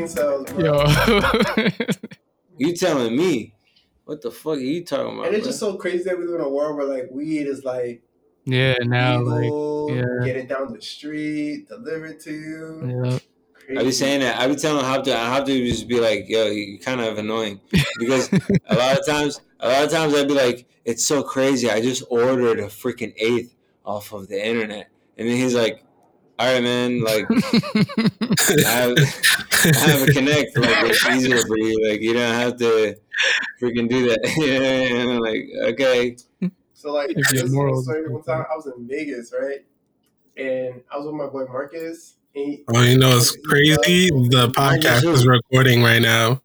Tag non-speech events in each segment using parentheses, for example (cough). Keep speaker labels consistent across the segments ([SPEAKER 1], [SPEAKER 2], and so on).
[SPEAKER 1] Yo.
[SPEAKER 2] You telling me? What the fuck are you talking about?
[SPEAKER 3] And it's
[SPEAKER 2] bro?
[SPEAKER 3] just so crazy that we live in a world where like weed is like
[SPEAKER 1] (laughs) yeah, now like
[SPEAKER 3] legal,
[SPEAKER 1] yeah.
[SPEAKER 3] get it down the street, delivered to you.
[SPEAKER 1] yeah.
[SPEAKER 3] Crazy.
[SPEAKER 2] I be saying that. I be telling Hop to Hop to just be like, yo, you're kind of annoying because a lot of
[SPEAKER 3] (laughs)
[SPEAKER 2] times, a lot of times I'd be like, it's so crazy. I just ordered a freaking eighth off of the internet, and then he's like, all right, man, like I have, I have a connect, like it's easier for you. Like you don't have to freaking do that. (laughs) yeah, and I'm like okay,
[SPEAKER 3] So like
[SPEAKER 1] If you're
[SPEAKER 3] this
[SPEAKER 1] moral,
[SPEAKER 3] story one time I was in Vegas, right? And I was with my boy Marcus. And he,
[SPEAKER 4] (laughs)
[SPEAKER 3] uh,
[SPEAKER 4] Oh, you know, it's crazy. The podcast is recording right now.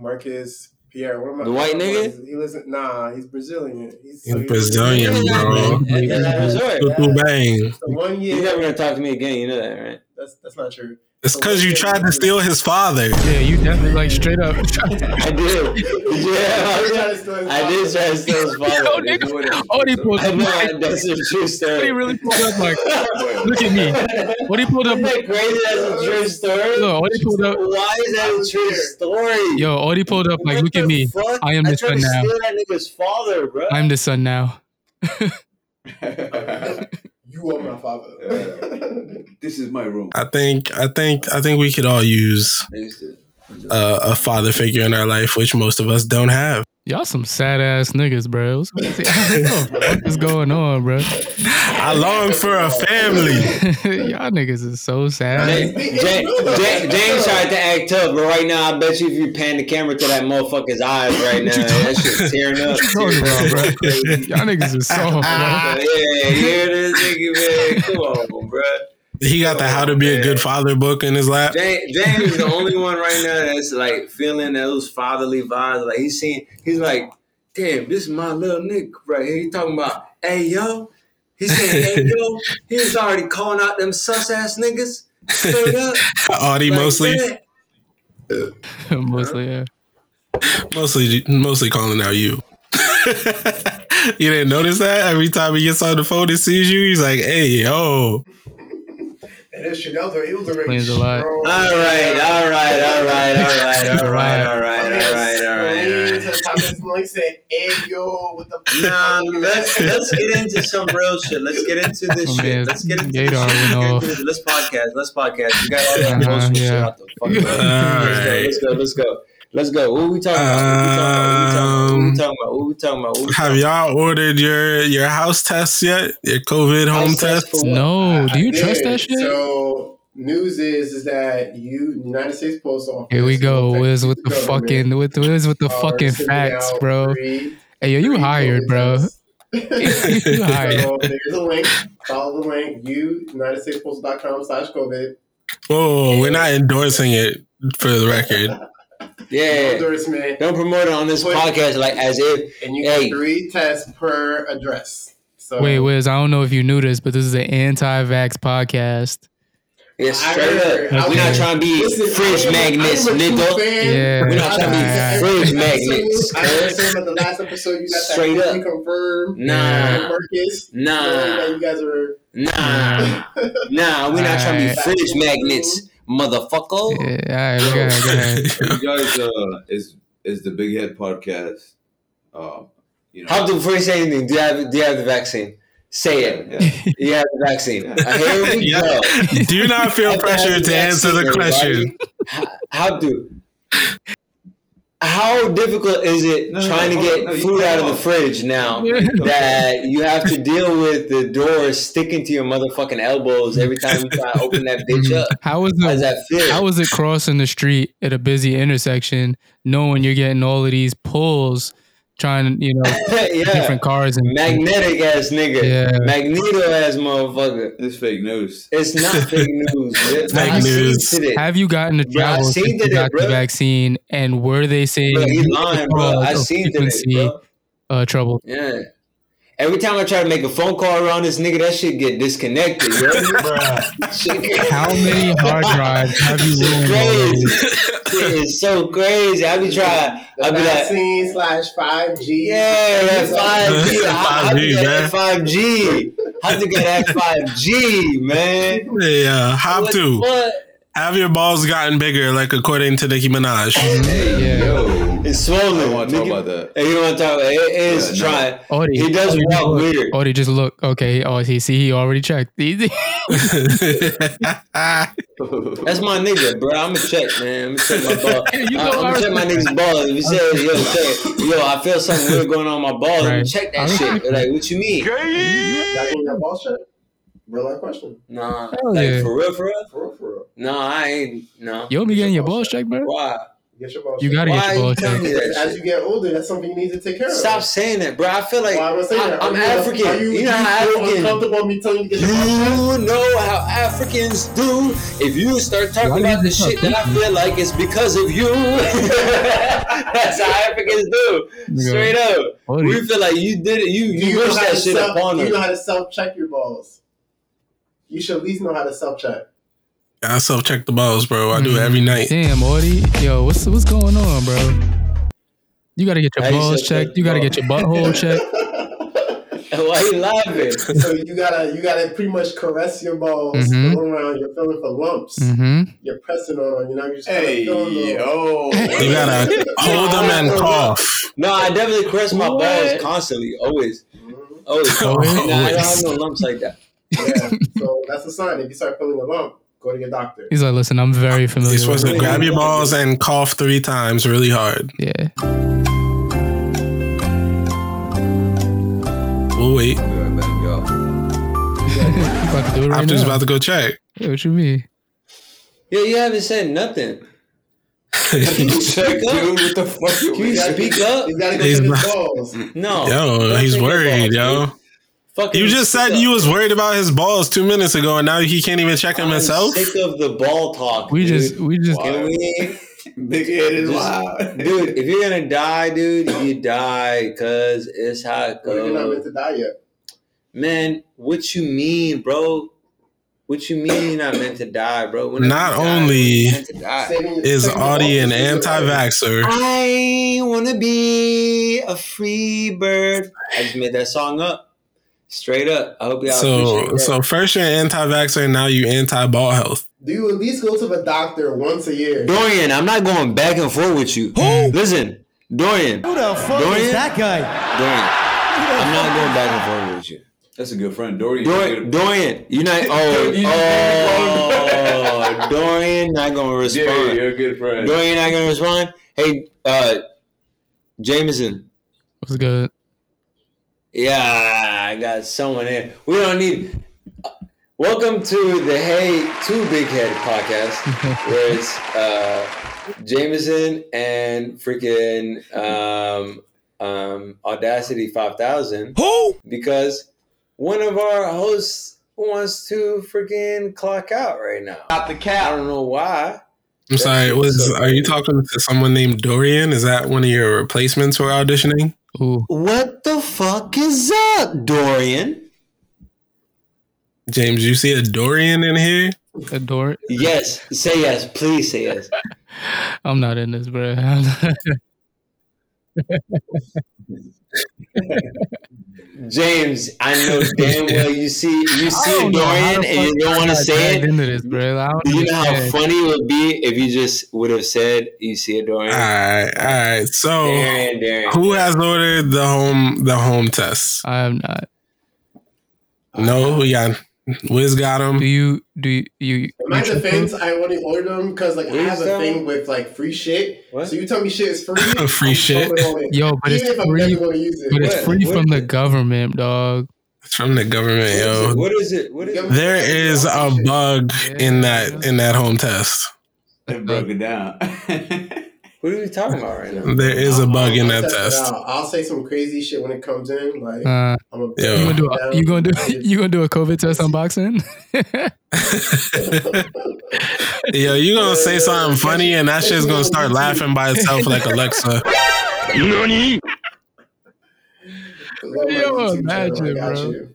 [SPEAKER 3] Marcus Pierre, one of my
[SPEAKER 2] The white
[SPEAKER 3] my
[SPEAKER 2] nigga?
[SPEAKER 3] boys, He listen nah, he's Brazilian. He's,
[SPEAKER 4] He's Brazilian,
[SPEAKER 2] Yeah,
[SPEAKER 4] bro.
[SPEAKER 2] at that resort.
[SPEAKER 4] Cuckoo bang.
[SPEAKER 3] So one
[SPEAKER 2] He's never
[SPEAKER 3] year
[SPEAKER 2] gonna talk to me again. You know that, right?
[SPEAKER 3] that's that's not true.
[SPEAKER 4] It's because you tried to steal his father.
[SPEAKER 1] yeah, you definitely like straight up. (laughs)
[SPEAKER 2] I did. (laughs) (laughs) Yeah, I did try to steal his father.
[SPEAKER 1] (laughs) Yo, nigga, all he pulled
[SPEAKER 2] I
[SPEAKER 1] up
[SPEAKER 2] know
[SPEAKER 1] like,
[SPEAKER 2] that's a true
[SPEAKER 1] what he
[SPEAKER 2] story.
[SPEAKER 1] really pulled up like, look at me. What he pulled
[SPEAKER 2] (laughs)
[SPEAKER 1] up,
[SPEAKER 2] Isn't that crazy? That's a true story.
[SPEAKER 1] yo, what he pulled up,
[SPEAKER 2] Why is that a true story?
[SPEAKER 1] yo, all he pulled up like,
[SPEAKER 2] What
[SPEAKER 1] look at
[SPEAKER 2] the
[SPEAKER 1] me.
[SPEAKER 2] fuck?
[SPEAKER 1] I am the
[SPEAKER 2] tried
[SPEAKER 1] son
[SPEAKER 2] to
[SPEAKER 1] now.
[SPEAKER 2] Steal that nigga's father, bro.
[SPEAKER 1] I'm the son now.
[SPEAKER 3] You are my father.
[SPEAKER 5] This is my room.
[SPEAKER 4] I think, I think, I think we could all use
[SPEAKER 2] I used to-
[SPEAKER 4] uh, a father figure in our life, which most of us don't have. (laughs)
[SPEAKER 1] Y'all some sad ass niggas, bro. What's, what's, what's going on, bro? (laughs)
[SPEAKER 4] I long for a family.
[SPEAKER 1] Y'all niggas is so sad.
[SPEAKER 2] James, James, James tried to act tough, but right now I bet you if you pan the camera to that motherfucker's eyes right now, that shit's tearing up.
[SPEAKER 1] What you talking about, bro? Y'all niggas
[SPEAKER 2] (laughs)
[SPEAKER 1] is so bro.
[SPEAKER 2] Yeah, hear this nigga, man. Come on, bro.
[SPEAKER 4] He got the How to Be a Good Father book in his lap.
[SPEAKER 2] James, James is the only one right now that's like feeling those fatherly vibes. Like he's seeing, he's like, damn, this is my little nigga right here. He talking about, hey yo, he said, hey (laughs) yo, he was already calling out them sus ass niggas. Straight (laughs) up,
[SPEAKER 4] Audie
[SPEAKER 2] Like,
[SPEAKER 4] mostly,
[SPEAKER 2] man,
[SPEAKER 1] Mostly, yeah.
[SPEAKER 4] mostly, mostly calling out you. (laughs) you didn't notice that every time he gets on the phone and sees you, he's like, "Hey, yo,
[SPEAKER 3] (laughs) and it's Chanel though, it was already
[SPEAKER 1] Explains a lot.
[SPEAKER 3] strong.
[SPEAKER 2] All right, all right, all right, all right, all right, all right, all right, all right, all right.
[SPEAKER 3] Malik said, "Hey yo, what the
[SPEAKER 2] (laughs) Nah,
[SPEAKER 3] fuck?"
[SPEAKER 2] let's let's get into some real shit. Let's get into this
[SPEAKER 1] Oh, man,
[SPEAKER 2] shit. Let's get into this shit.
[SPEAKER 1] Gator
[SPEAKER 2] Let's,
[SPEAKER 1] went
[SPEAKER 2] get
[SPEAKER 1] off.
[SPEAKER 2] into this. let's podcast. Let's podcast. You got all that emotional
[SPEAKER 1] Uh-huh,
[SPEAKER 2] shit
[SPEAKER 1] yeah.
[SPEAKER 2] out the fucking way.
[SPEAKER 4] Alright.
[SPEAKER 2] Let's go. Let's go. Let's go. Let's go. What we talking about? What we talking about? What we talking about? What
[SPEAKER 1] Um,
[SPEAKER 2] we talking about? What we talking about? What we
[SPEAKER 4] have
[SPEAKER 2] talking
[SPEAKER 4] y'all ordered your your house tests yet? Your COVID
[SPEAKER 2] about?
[SPEAKER 4] home
[SPEAKER 2] House
[SPEAKER 4] test?
[SPEAKER 2] for what?
[SPEAKER 1] No, Oh, do you
[SPEAKER 3] Dude,
[SPEAKER 1] trust that shit?
[SPEAKER 3] So news is is that you United States Post Office.
[SPEAKER 1] Here we go, Wiz with the
[SPEAKER 3] government
[SPEAKER 1] fucking with Wiz with the
[SPEAKER 3] are
[SPEAKER 1] fucking
[SPEAKER 3] sending
[SPEAKER 1] facts,
[SPEAKER 3] Oh, out
[SPEAKER 1] bro.
[SPEAKER 3] free-
[SPEAKER 1] Hey, yo, you
[SPEAKER 3] free
[SPEAKER 1] hired,
[SPEAKER 3] COVID
[SPEAKER 1] bro.
[SPEAKER 3] (laughs)
[SPEAKER 1] (laughs)
[SPEAKER 3] tests.
[SPEAKER 1] you hired.
[SPEAKER 3] So there's a link. Follow the link. You United States Post.com slash COVID.
[SPEAKER 4] Oh, we're not endorsing it for the record.
[SPEAKER 2] Yeah. yeah.
[SPEAKER 3] Endorsement.
[SPEAKER 2] Don't promote it on this
[SPEAKER 3] Wait.
[SPEAKER 2] podcast like as if.
[SPEAKER 3] And you get
[SPEAKER 2] Hey.
[SPEAKER 3] three tests per address. So
[SPEAKER 1] Wait, Wiz, I don't know if you knew this, but this is an anti-vax podcast.
[SPEAKER 2] Yeah,
[SPEAKER 3] I
[SPEAKER 2] straight
[SPEAKER 3] heard-
[SPEAKER 2] up.
[SPEAKER 1] I
[SPEAKER 2] We're not
[SPEAKER 1] heard-
[SPEAKER 2] trying to be
[SPEAKER 3] Listen,
[SPEAKER 2] fridge
[SPEAKER 3] I am-
[SPEAKER 2] magnets,
[SPEAKER 3] I am a true
[SPEAKER 2] nigga.
[SPEAKER 3] fan.
[SPEAKER 1] Yeah.
[SPEAKER 2] We're not trying
[SPEAKER 3] I-
[SPEAKER 2] to be fridge magnets.
[SPEAKER 3] I
[SPEAKER 2] cuz.
[SPEAKER 3] understand that the last episode you got
[SPEAKER 2] Straight
[SPEAKER 3] that
[SPEAKER 2] up.
[SPEAKER 3] completely confirmed.
[SPEAKER 2] Nah.
[SPEAKER 3] Marcus.
[SPEAKER 2] Nah.
[SPEAKER 3] You guys are (laughs)
[SPEAKER 2] Nah, nah, we're not trying to be
[SPEAKER 1] Alright.
[SPEAKER 2] fridge magnets, motherfucker.
[SPEAKER 1] Yeah, all right, go ahead, go ahead.
[SPEAKER 4] (laughs)
[SPEAKER 5] You guys, uh, is is the Big Head podcast? Um, you know,
[SPEAKER 2] How do before you say anything? Do you have do you have the vaccine? Say it.
[SPEAKER 5] Yeah.
[SPEAKER 2] You have the vaccine. Uh, here we
[SPEAKER 4] Yeah.
[SPEAKER 2] go.
[SPEAKER 4] Do not
[SPEAKER 2] Have
[SPEAKER 4] feel
[SPEAKER 2] to
[SPEAKER 4] pressure
[SPEAKER 2] have
[SPEAKER 4] to answer the
[SPEAKER 2] vaccine,
[SPEAKER 4] question.
[SPEAKER 2] everybody. How how do? How difficult is it
[SPEAKER 5] No, no,
[SPEAKER 2] trying
[SPEAKER 5] no,
[SPEAKER 2] to get
[SPEAKER 5] no, you
[SPEAKER 2] food
[SPEAKER 5] can
[SPEAKER 2] out of
[SPEAKER 5] go.
[SPEAKER 2] the fridge now (laughs)
[SPEAKER 1] Yeah.
[SPEAKER 2] (laughs) that you have to deal with the door sticking to your motherfucking elbows every time you try to open
[SPEAKER 1] (laughs)
[SPEAKER 2] that bitch up?
[SPEAKER 1] How was
[SPEAKER 2] How does
[SPEAKER 1] it?
[SPEAKER 2] that feel?
[SPEAKER 1] How was it crossing the street at a busy intersection, knowing you're getting all of these pulls, trying you know
[SPEAKER 2] (laughs) yeah.
[SPEAKER 1] different cars and
[SPEAKER 2] Magnetic ass nigga.
[SPEAKER 1] Yeah.
[SPEAKER 2] Magneto ass motherfucker.
[SPEAKER 5] This fake news.
[SPEAKER 2] It's not fake news. It's
[SPEAKER 4] Fake
[SPEAKER 2] not
[SPEAKER 4] news.
[SPEAKER 2] seen today.
[SPEAKER 1] Have you gotten to
[SPEAKER 2] Bro, I
[SPEAKER 1] travel
[SPEAKER 2] seen
[SPEAKER 1] since you
[SPEAKER 2] today,
[SPEAKER 1] got the
[SPEAKER 2] bro.
[SPEAKER 1] vaccine? And were they saying
[SPEAKER 2] Bro, he's
[SPEAKER 1] you
[SPEAKER 2] lying,
[SPEAKER 1] could
[SPEAKER 2] bro.
[SPEAKER 1] cause
[SPEAKER 2] I
[SPEAKER 1] of
[SPEAKER 2] seen today,
[SPEAKER 1] frequency
[SPEAKER 2] bro.
[SPEAKER 1] uh, trouble?
[SPEAKER 2] Yeah. Every time I try to make a phone call around this nigga, that shit get disconnected. You heard me? Shit-
[SPEAKER 1] How many hard drives
[SPEAKER 2] (laughs)
[SPEAKER 1] have you
[SPEAKER 2] Shit
[SPEAKER 1] ruined? already?
[SPEAKER 2] crazy. Shit is so crazy. I be trying.
[SPEAKER 3] the
[SPEAKER 2] I be like,
[SPEAKER 3] vaccine slash five G.
[SPEAKER 2] yeah, that
[SPEAKER 5] (laughs)
[SPEAKER 2] five G. How how to
[SPEAKER 4] 5G,
[SPEAKER 2] get
[SPEAKER 4] man.
[SPEAKER 2] that five G? How to get that five G, man?
[SPEAKER 4] Yeah, hop
[SPEAKER 2] What
[SPEAKER 4] to.
[SPEAKER 2] the fuck?
[SPEAKER 4] Have your balls gotten bigger, like according to Nicki Minaj? (laughs)
[SPEAKER 5] Hey,
[SPEAKER 1] Yeah.
[SPEAKER 5] yo.
[SPEAKER 2] It's
[SPEAKER 5] I
[SPEAKER 2] swollen.
[SPEAKER 5] don't want to talk
[SPEAKER 2] Nicki-
[SPEAKER 5] about that.
[SPEAKER 2] Hey, you don't want to talk about it. It is
[SPEAKER 5] Yeah, no.
[SPEAKER 2] trying.
[SPEAKER 1] Audie,
[SPEAKER 2] He does
[SPEAKER 1] Audie,
[SPEAKER 2] walk
[SPEAKER 1] look.
[SPEAKER 2] weird.
[SPEAKER 1] Audie, just look. Okay. Oh, he see. He already checked.
[SPEAKER 2] Uh, (laughs) That's my nigga, bro. I'm gonna check, man. I'm gonna check my ball.
[SPEAKER 1] You know
[SPEAKER 2] I'm gonna
[SPEAKER 1] ours.
[SPEAKER 2] check my nigga's ball. If he says, yo, check, it. yo, I feel something weird going on in my ball. Let me
[SPEAKER 1] Right.
[SPEAKER 2] check that
[SPEAKER 1] I-
[SPEAKER 2] shit. They're like, what you mean?
[SPEAKER 3] Y'all getting your balls checked? Real life question.
[SPEAKER 2] Nah,
[SPEAKER 1] Hell
[SPEAKER 2] like
[SPEAKER 1] yeah.
[SPEAKER 2] for real, for real.
[SPEAKER 3] For real, for real.
[SPEAKER 2] No, I ain't. No.
[SPEAKER 1] you don't be getting your balls checked, bro.
[SPEAKER 2] Why?
[SPEAKER 3] Get your balls
[SPEAKER 1] You
[SPEAKER 3] checked.
[SPEAKER 1] gotta get
[SPEAKER 2] Why
[SPEAKER 1] your
[SPEAKER 2] you
[SPEAKER 1] balls
[SPEAKER 2] telling
[SPEAKER 1] checked.
[SPEAKER 2] me that
[SPEAKER 3] As
[SPEAKER 2] shit?
[SPEAKER 3] you get older, that's something you need to take care
[SPEAKER 2] Stop
[SPEAKER 3] of.
[SPEAKER 2] saying that, bro. I feel like
[SPEAKER 3] Why would I say
[SPEAKER 2] I,
[SPEAKER 3] that?
[SPEAKER 2] am
[SPEAKER 3] Are you-
[SPEAKER 2] African.
[SPEAKER 3] Are you,
[SPEAKER 2] you know how
[SPEAKER 3] feel
[SPEAKER 2] African.
[SPEAKER 3] uncomfortable me telling you to get your balls checked?
[SPEAKER 2] You know how Africans do. If you start talking
[SPEAKER 1] Why do
[SPEAKER 2] about
[SPEAKER 1] you
[SPEAKER 2] the
[SPEAKER 1] talk
[SPEAKER 2] shit that I
[SPEAKER 1] deep?
[SPEAKER 2] feel like it's because of you. (laughs) That's how Africans do. Straight up. We
[SPEAKER 1] Audie,
[SPEAKER 2] feel like you did it. You
[SPEAKER 3] Do
[SPEAKER 2] you wish
[SPEAKER 3] know how
[SPEAKER 2] that
[SPEAKER 3] to
[SPEAKER 2] shit
[SPEAKER 3] self-
[SPEAKER 2] upon
[SPEAKER 3] do You know
[SPEAKER 2] us.
[SPEAKER 3] how to self check your balls. You should at least know how to self check.
[SPEAKER 4] I self check the balls, bro. I do it every night.
[SPEAKER 1] Damn, Audie. Yo, what's what's going on, bro? You gotta get your
[SPEAKER 2] How you
[SPEAKER 1] balls
[SPEAKER 2] said
[SPEAKER 1] checked.
[SPEAKER 2] that,
[SPEAKER 1] You gotta
[SPEAKER 2] bro.
[SPEAKER 1] get your
[SPEAKER 2] (laughs)
[SPEAKER 1] butthole checked.
[SPEAKER 2] Why you laughing?
[SPEAKER 3] so you gotta you gotta pretty much caress your balls,
[SPEAKER 4] Mm-hmm.
[SPEAKER 1] Mhm.
[SPEAKER 3] go around. You're feeling for lumps.
[SPEAKER 4] Mm.
[SPEAKER 1] Mm-hmm.
[SPEAKER 3] You're pressing on. You know you're just
[SPEAKER 5] Hey,
[SPEAKER 3] feeling them.
[SPEAKER 5] yo.
[SPEAKER 4] You gotta hold them and cough.
[SPEAKER 2] No, I definitely caress my
[SPEAKER 1] What?
[SPEAKER 2] balls constantly, always,
[SPEAKER 4] (laughs)
[SPEAKER 2] always.
[SPEAKER 1] Always?
[SPEAKER 2] Nah, I don't have no lumps like that.
[SPEAKER 3] Yeah. so that's a sign. If you start feeling a lump, go to your doctor.
[SPEAKER 1] He's like, listen, I'm very
[SPEAKER 4] You're
[SPEAKER 1] familiar.
[SPEAKER 4] supposed
[SPEAKER 1] with
[SPEAKER 4] to grab your balls and cough three times really hard.
[SPEAKER 1] it. Yeah.
[SPEAKER 4] We'll wait.
[SPEAKER 5] Yeah, man, yo.
[SPEAKER 1] You about to do it right
[SPEAKER 4] I'm just
[SPEAKER 1] now.
[SPEAKER 4] about to go check. (laughs)
[SPEAKER 1] Hey, what you mean?
[SPEAKER 2] Yo, you haven't said nothing.
[SPEAKER 5] (laughs) Check, dude. What the fuck?
[SPEAKER 2] Can you speak up?
[SPEAKER 3] You gotta go
[SPEAKER 4] He's
[SPEAKER 3] to
[SPEAKER 4] not-
[SPEAKER 3] the balls.
[SPEAKER 2] No.
[SPEAKER 4] yo,
[SPEAKER 2] Don't
[SPEAKER 4] he's
[SPEAKER 2] take your
[SPEAKER 4] worried,
[SPEAKER 2] balls,
[SPEAKER 4] yo.
[SPEAKER 2] dude. Fucking
[SPEAKER 4] You just
[SPEAKER 2] sick
[SPEAKER 4] said
[SPEAKER 2] of-
[SPEAKER 4] you was worried about his balls two minutes ago, and now he can't even check him
[SPEAKER 2] I'm
[SPEAKER 4] himself.
[SPEAKER 2] Sick of the ball talk.
[SPEAKER 1] We
[SPEAKER 2] dude.
[SPEAKER 1] just we just
[SPEAKER 2] Can we-
[SPEAKER 5] Big head is
[SPEAKER 2] Just-
[SPEAKER 5] wild.
[SPEAKER 2] dude. If you're gonna die, dude, you die, cause it's how it
[SPEAKER 3] But you're not
[SPEAKER 2] goes.
[SPEAKER 3] meant to die yet.
[SPEAKER 2] Man, what you mean, bro? What you mean you're not meant to die, bro? When
[SPEAKER 4] Not only
[SPEAKER 2] meant to die.
[SPEAKER 3] Saving your-
[SPEAKER 4] Is
[SPEAKER 3] saving your
[SPEAKER 4] Audie
[SPEAKER 3] balls is
[SPEAKER 4] an
[SPEAKER 3] your life.
[SPEAKER 4] anti-vaxxer?
[SPEAKER 2] I wanna be a free bird. I just made that song up, straight up. I hope y'all.
[SPEAKER 4] So,
[SPEAKER 2] appreciate that.
[SPEAKER 4] so first you're anti-vaxxer, and now you anti-ball health.
[SPEAKER 3] Do you at least go to the doctor once a year?
[SPEAKER 2] Dorian, I'm not going back and forth with you. Listen, Dorian. Who the fuck Dorian, is that guy? Dorian, I'm not going back and forth with you.
[SPEAKER 5] That's a good friend. Dorian.
[SPEAKER 2] Dorian, Dorian, you're (laughs) not. Oh,
[SPEAKER 5] Yo, you-
[SPEAKER 2] oh, Dorian, not gonna
[SPEAKER 5] Yeah,
[SPEAKER 2] respond.
[SPEAKER 5] you're a good friend.
[SPEAKER 2] Dorian, not gonna respond. Hey, uh, Jameson.
[SPEAKER 1] was good.
[SPEAKER 2] Yeah, I got someone in. We don't need. uh, Welcome to the Hey Two Big Head (laughs) podcast, where it's uh, Jameson and freaking um, um, Audacity Five Thousand. Who? Because one of our hosts wants to freaking clock out right now. Out the cat. I don't know why.
[SPEAKER 4] I'm sorry. Was are you talking to someone named Dorian? Is that one of your replacements who are auditioning?
[SPEAKER 1] Ooh.
[SPEAKER 2] What the fuck is up, Dorian?
[SPEAKER 4] James, you see a Dorian in here?
[SPEAKER 1] Adore it.
[SPEAKER 2] Yes, say yes, please say yes.
[SPEAKER 1] I'm not in this, bro. (laughs)
[SPEAKER 2] James, I
[SPEAKER 1] (laughs)
[SPEAKER 2] know damn well you see you
[SPEAKER 1] I
[SPEAKER 2] see
[SPEAKER 1] don't know how
[SPEAKER 2] Dorian
[SPEAKER 1] the
[SPEAKER 2] and you
[SPEAKER 1] fuck
[SPEAKER 2] don't want to
[SPEAKER 1] I got
[SPEAKER 2] say
[SPEAKER 1] dragged
[SPEAKER 2] it.
[SPEAKER 1] Into this, bro. I don't
[SPEAKER 2] Do you know how
[SPEAKER 1] understand.
[SPEAKER 2] funny it would be if you just would have said you see a
[SPEAKER 4] All
[SPEAKER 2] Dorian?
[SPEAKER 4] right, all right. So,
[SPEAKER 2] Dorian, Dorian.
[SPEAKER 4] who has ordered the home the home test?
[SPEAKER 1] I am not.
[SPEAKER 4] No, yeah. Wiz got
[SPEAKER 1] Do
[SPEAKER 4] him.
[SPEAKER 1] you do you? you
[SPEAKER 3] In my
[SPEAKER 1] you triple?
[SPEAKER 3] defense, I only order them because like I
[SPEAKER 2] Who's
[SPEAKER 3] have a
[SPEAKER 2] that?
[SPEAKER 3] thing with like free shit.
[SPEAKER 2] What?
[SPEAKER 3] So you tell me shit is free.
[SPEAKER 4] (laughs) Free
[SPEAKER 3] I'm
[SPEAKER 4] shit.
[SPEAKER 3] fucking on it.
[SPEAKER 1] Yo, but
[SPEAKER 3] Even
[SPEAKER 1] it's
[SPEAKER 3] if I'm
[SPEAKER 1] free.
[SPEAKER 3] never gonna use it.
[SPEAKER 1] But it's
[SPEAKER 2] What?
[SPEAKER 1] free
[SPEAKER 2] What
[SPEAKER 1] from
[SPEAKER 2] is
[SPEAKER 1] the
[SPEAKER 2] it?
[SPEAKER 1] government, dog.
[SPEAKER 4] It's from the government, yo.
[SPEAKER 2] What is it? What is it?
[SPEAKER 4] There is a bug in that in that home test.
[SPEAKER 5] They broke it down. (laughs)
[SPEAKER 2] What are we talking about right now?
[SPEAKER 4] There is a bug in
[SPEAKER 3] I'll
[SPEAKER 4] that
[SPEAKER 3] test it
[SPEAKER 4] test.
[SPEAKER 3] out. I'll say some crazy shit when it comes in. Like
[SPEAKER 1] Uh,
[SPEAKER 3] I'm a
[SPEAKER 4] Yeah.
[SPEAKER 1] you gonna do a, you gonna do (laughs) you gonna do a COVID test
[SPEAKER 3] (laughs)
[SPEAKER 1] unboxing?
[SPEAKER 4] Yo, you gonna say something funny and that shit's gonna start laughing by itself like Alexa.
[SPEAKER 1] Yo, imagine,
[SPEAKER 3] I got
[SPEAKER 1] bro.
[SPEAKER 3] you.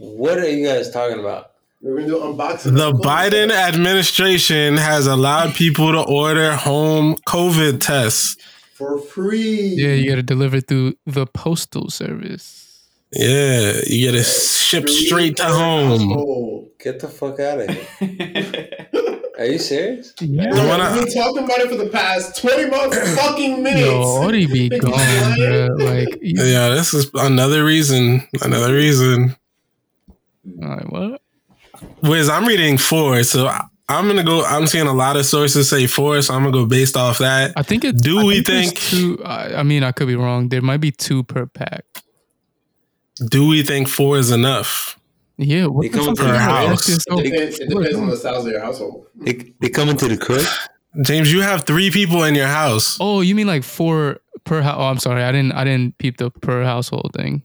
[SPEAKER 2] What are you guys talking about?
[SPEAKER 3] We're gonna do unboxing.
[SPEAKER 4] The Biden administration has allowed people to order home COVID tests.
[SPEAKER 3] for free.
[SPEAKER 1] yeah, you gotta deliver through the postal service.
[SPEAKER 4] Yeah, you get it shipped straight to home.
[SPEAKER 3] Oh,
[SPEAKER 2] Get the fuck out of here. Are you serious?
[SPEAKER 1] Yeah.
[SPEAKER 4] The one
[SPEAKER 3] We've
[SPEAKER 4] I,
[SPEAKER 3] been talking about it for the past 20 fucking minutes.
[SPEAKER 1] Yo, Ori be gone, bro. Like, you-
[SPEAKER 4] yeah, this is another reason. Another reason.
[SPEAKER 1] like, what?
[SPEAKER 4] Wiz, I'm reading four, so I, I'm gonna go. I'm seeing a lot of sources say four, so I'm gonna go based off that.
[SPEAKER 1] I think it.
[SPEAKER 4] Do
[SPEAKER 1] I
[SPEAKER 4] we
[SPEAKER 1] there's
[SPEAKER 4] think-
[SPEAKER 1] two? I, I mean, I could be wrong. There might be two per pack.
[SPEAKER 4] Do we think four is enough?
[SPEAKER 1] Yeah, what
[SPEAKER 2] They
[SPEAKER 1] the
[SPEAKER 2] come
[SPEAKER 1] fuck
[SPEAKER 2] to
[SPEAKER 1] is
[SPEAKER 4] your
[SPEAKER 1] that?
[SPEAKER 4] house.
[SPEAKER 1] That's just so-
[SPEAKER 2] They-
[SPEAKER 3] It depends, it depends on the size of your household.
[SPEAKER 2] They, they come into the crib?
[SPEAKER 4] James, you have three people in your house.
[SPEAKER 1] Oh, you mean like four per house? Oh, I'm sorry, I didn't. I didn't peep the per household thing.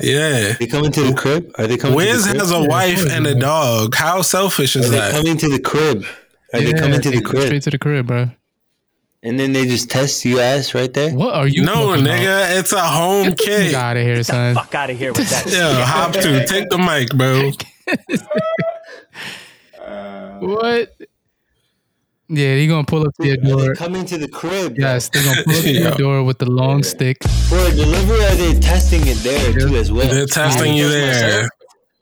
[SPEAKER 4] Yeah.
[SPEAKER 2] They come into the crib? Are they coming
[SPEAKER 4] Wiz
[SPEAKER 2] to the crib?
[SPEAKER 4] has a wife and a dog. How selfish is
[SPEAKER 2] Are they
[SPEAKER 4] that?
[SPEAKER 2] coming to the crib? Are they
[SPEAKER 1] Yeah,
[SPEAKER 2] coming to the
[SPEAKER 1] Straight
[SPEAKER 2] crib?
[SPEAKER 1] to the crib, bro.
[SPEAKER 2] And then they just test you ass right there?
[SPEAKER 1] What are you?
[SPEAKER 4] No,
[SPEAKER 1] talking about?
[SPEAKER 4] nigga, it's a home
[SPEAKER 1] Get
[SPEAKER 4] kid.
[SPEAKER 1] out of here, son.
[SPEAKER 6] Fuck out of here with that.
[SPEAKER 4] Yeah, hop to take the mic, bro.
[SPEAKER 1] What? Yeah, they gonna pull up to your
[SPEAKER 2] Are they
[SPEAKER 1] door.
[SPEAKER 2] coming to the crib?
[SPEAKER 1] Yes, they're gonna
[SPEAKER 4] (laughs)
[SPEAKER 1] pull up to your
[SPEAKER 4] Yeah.
[SPEAKER 1] door with the long stick.
[SPEAKER 2] For a delivery, are they testing it there too as well?
[SPEAKER 4] They're testing
[SPEAKER 2] I
[SPEAKER 4] you
[SPEAKER 2] can test
[SPEAKER 4] there.
[SPEAKER 2] myself.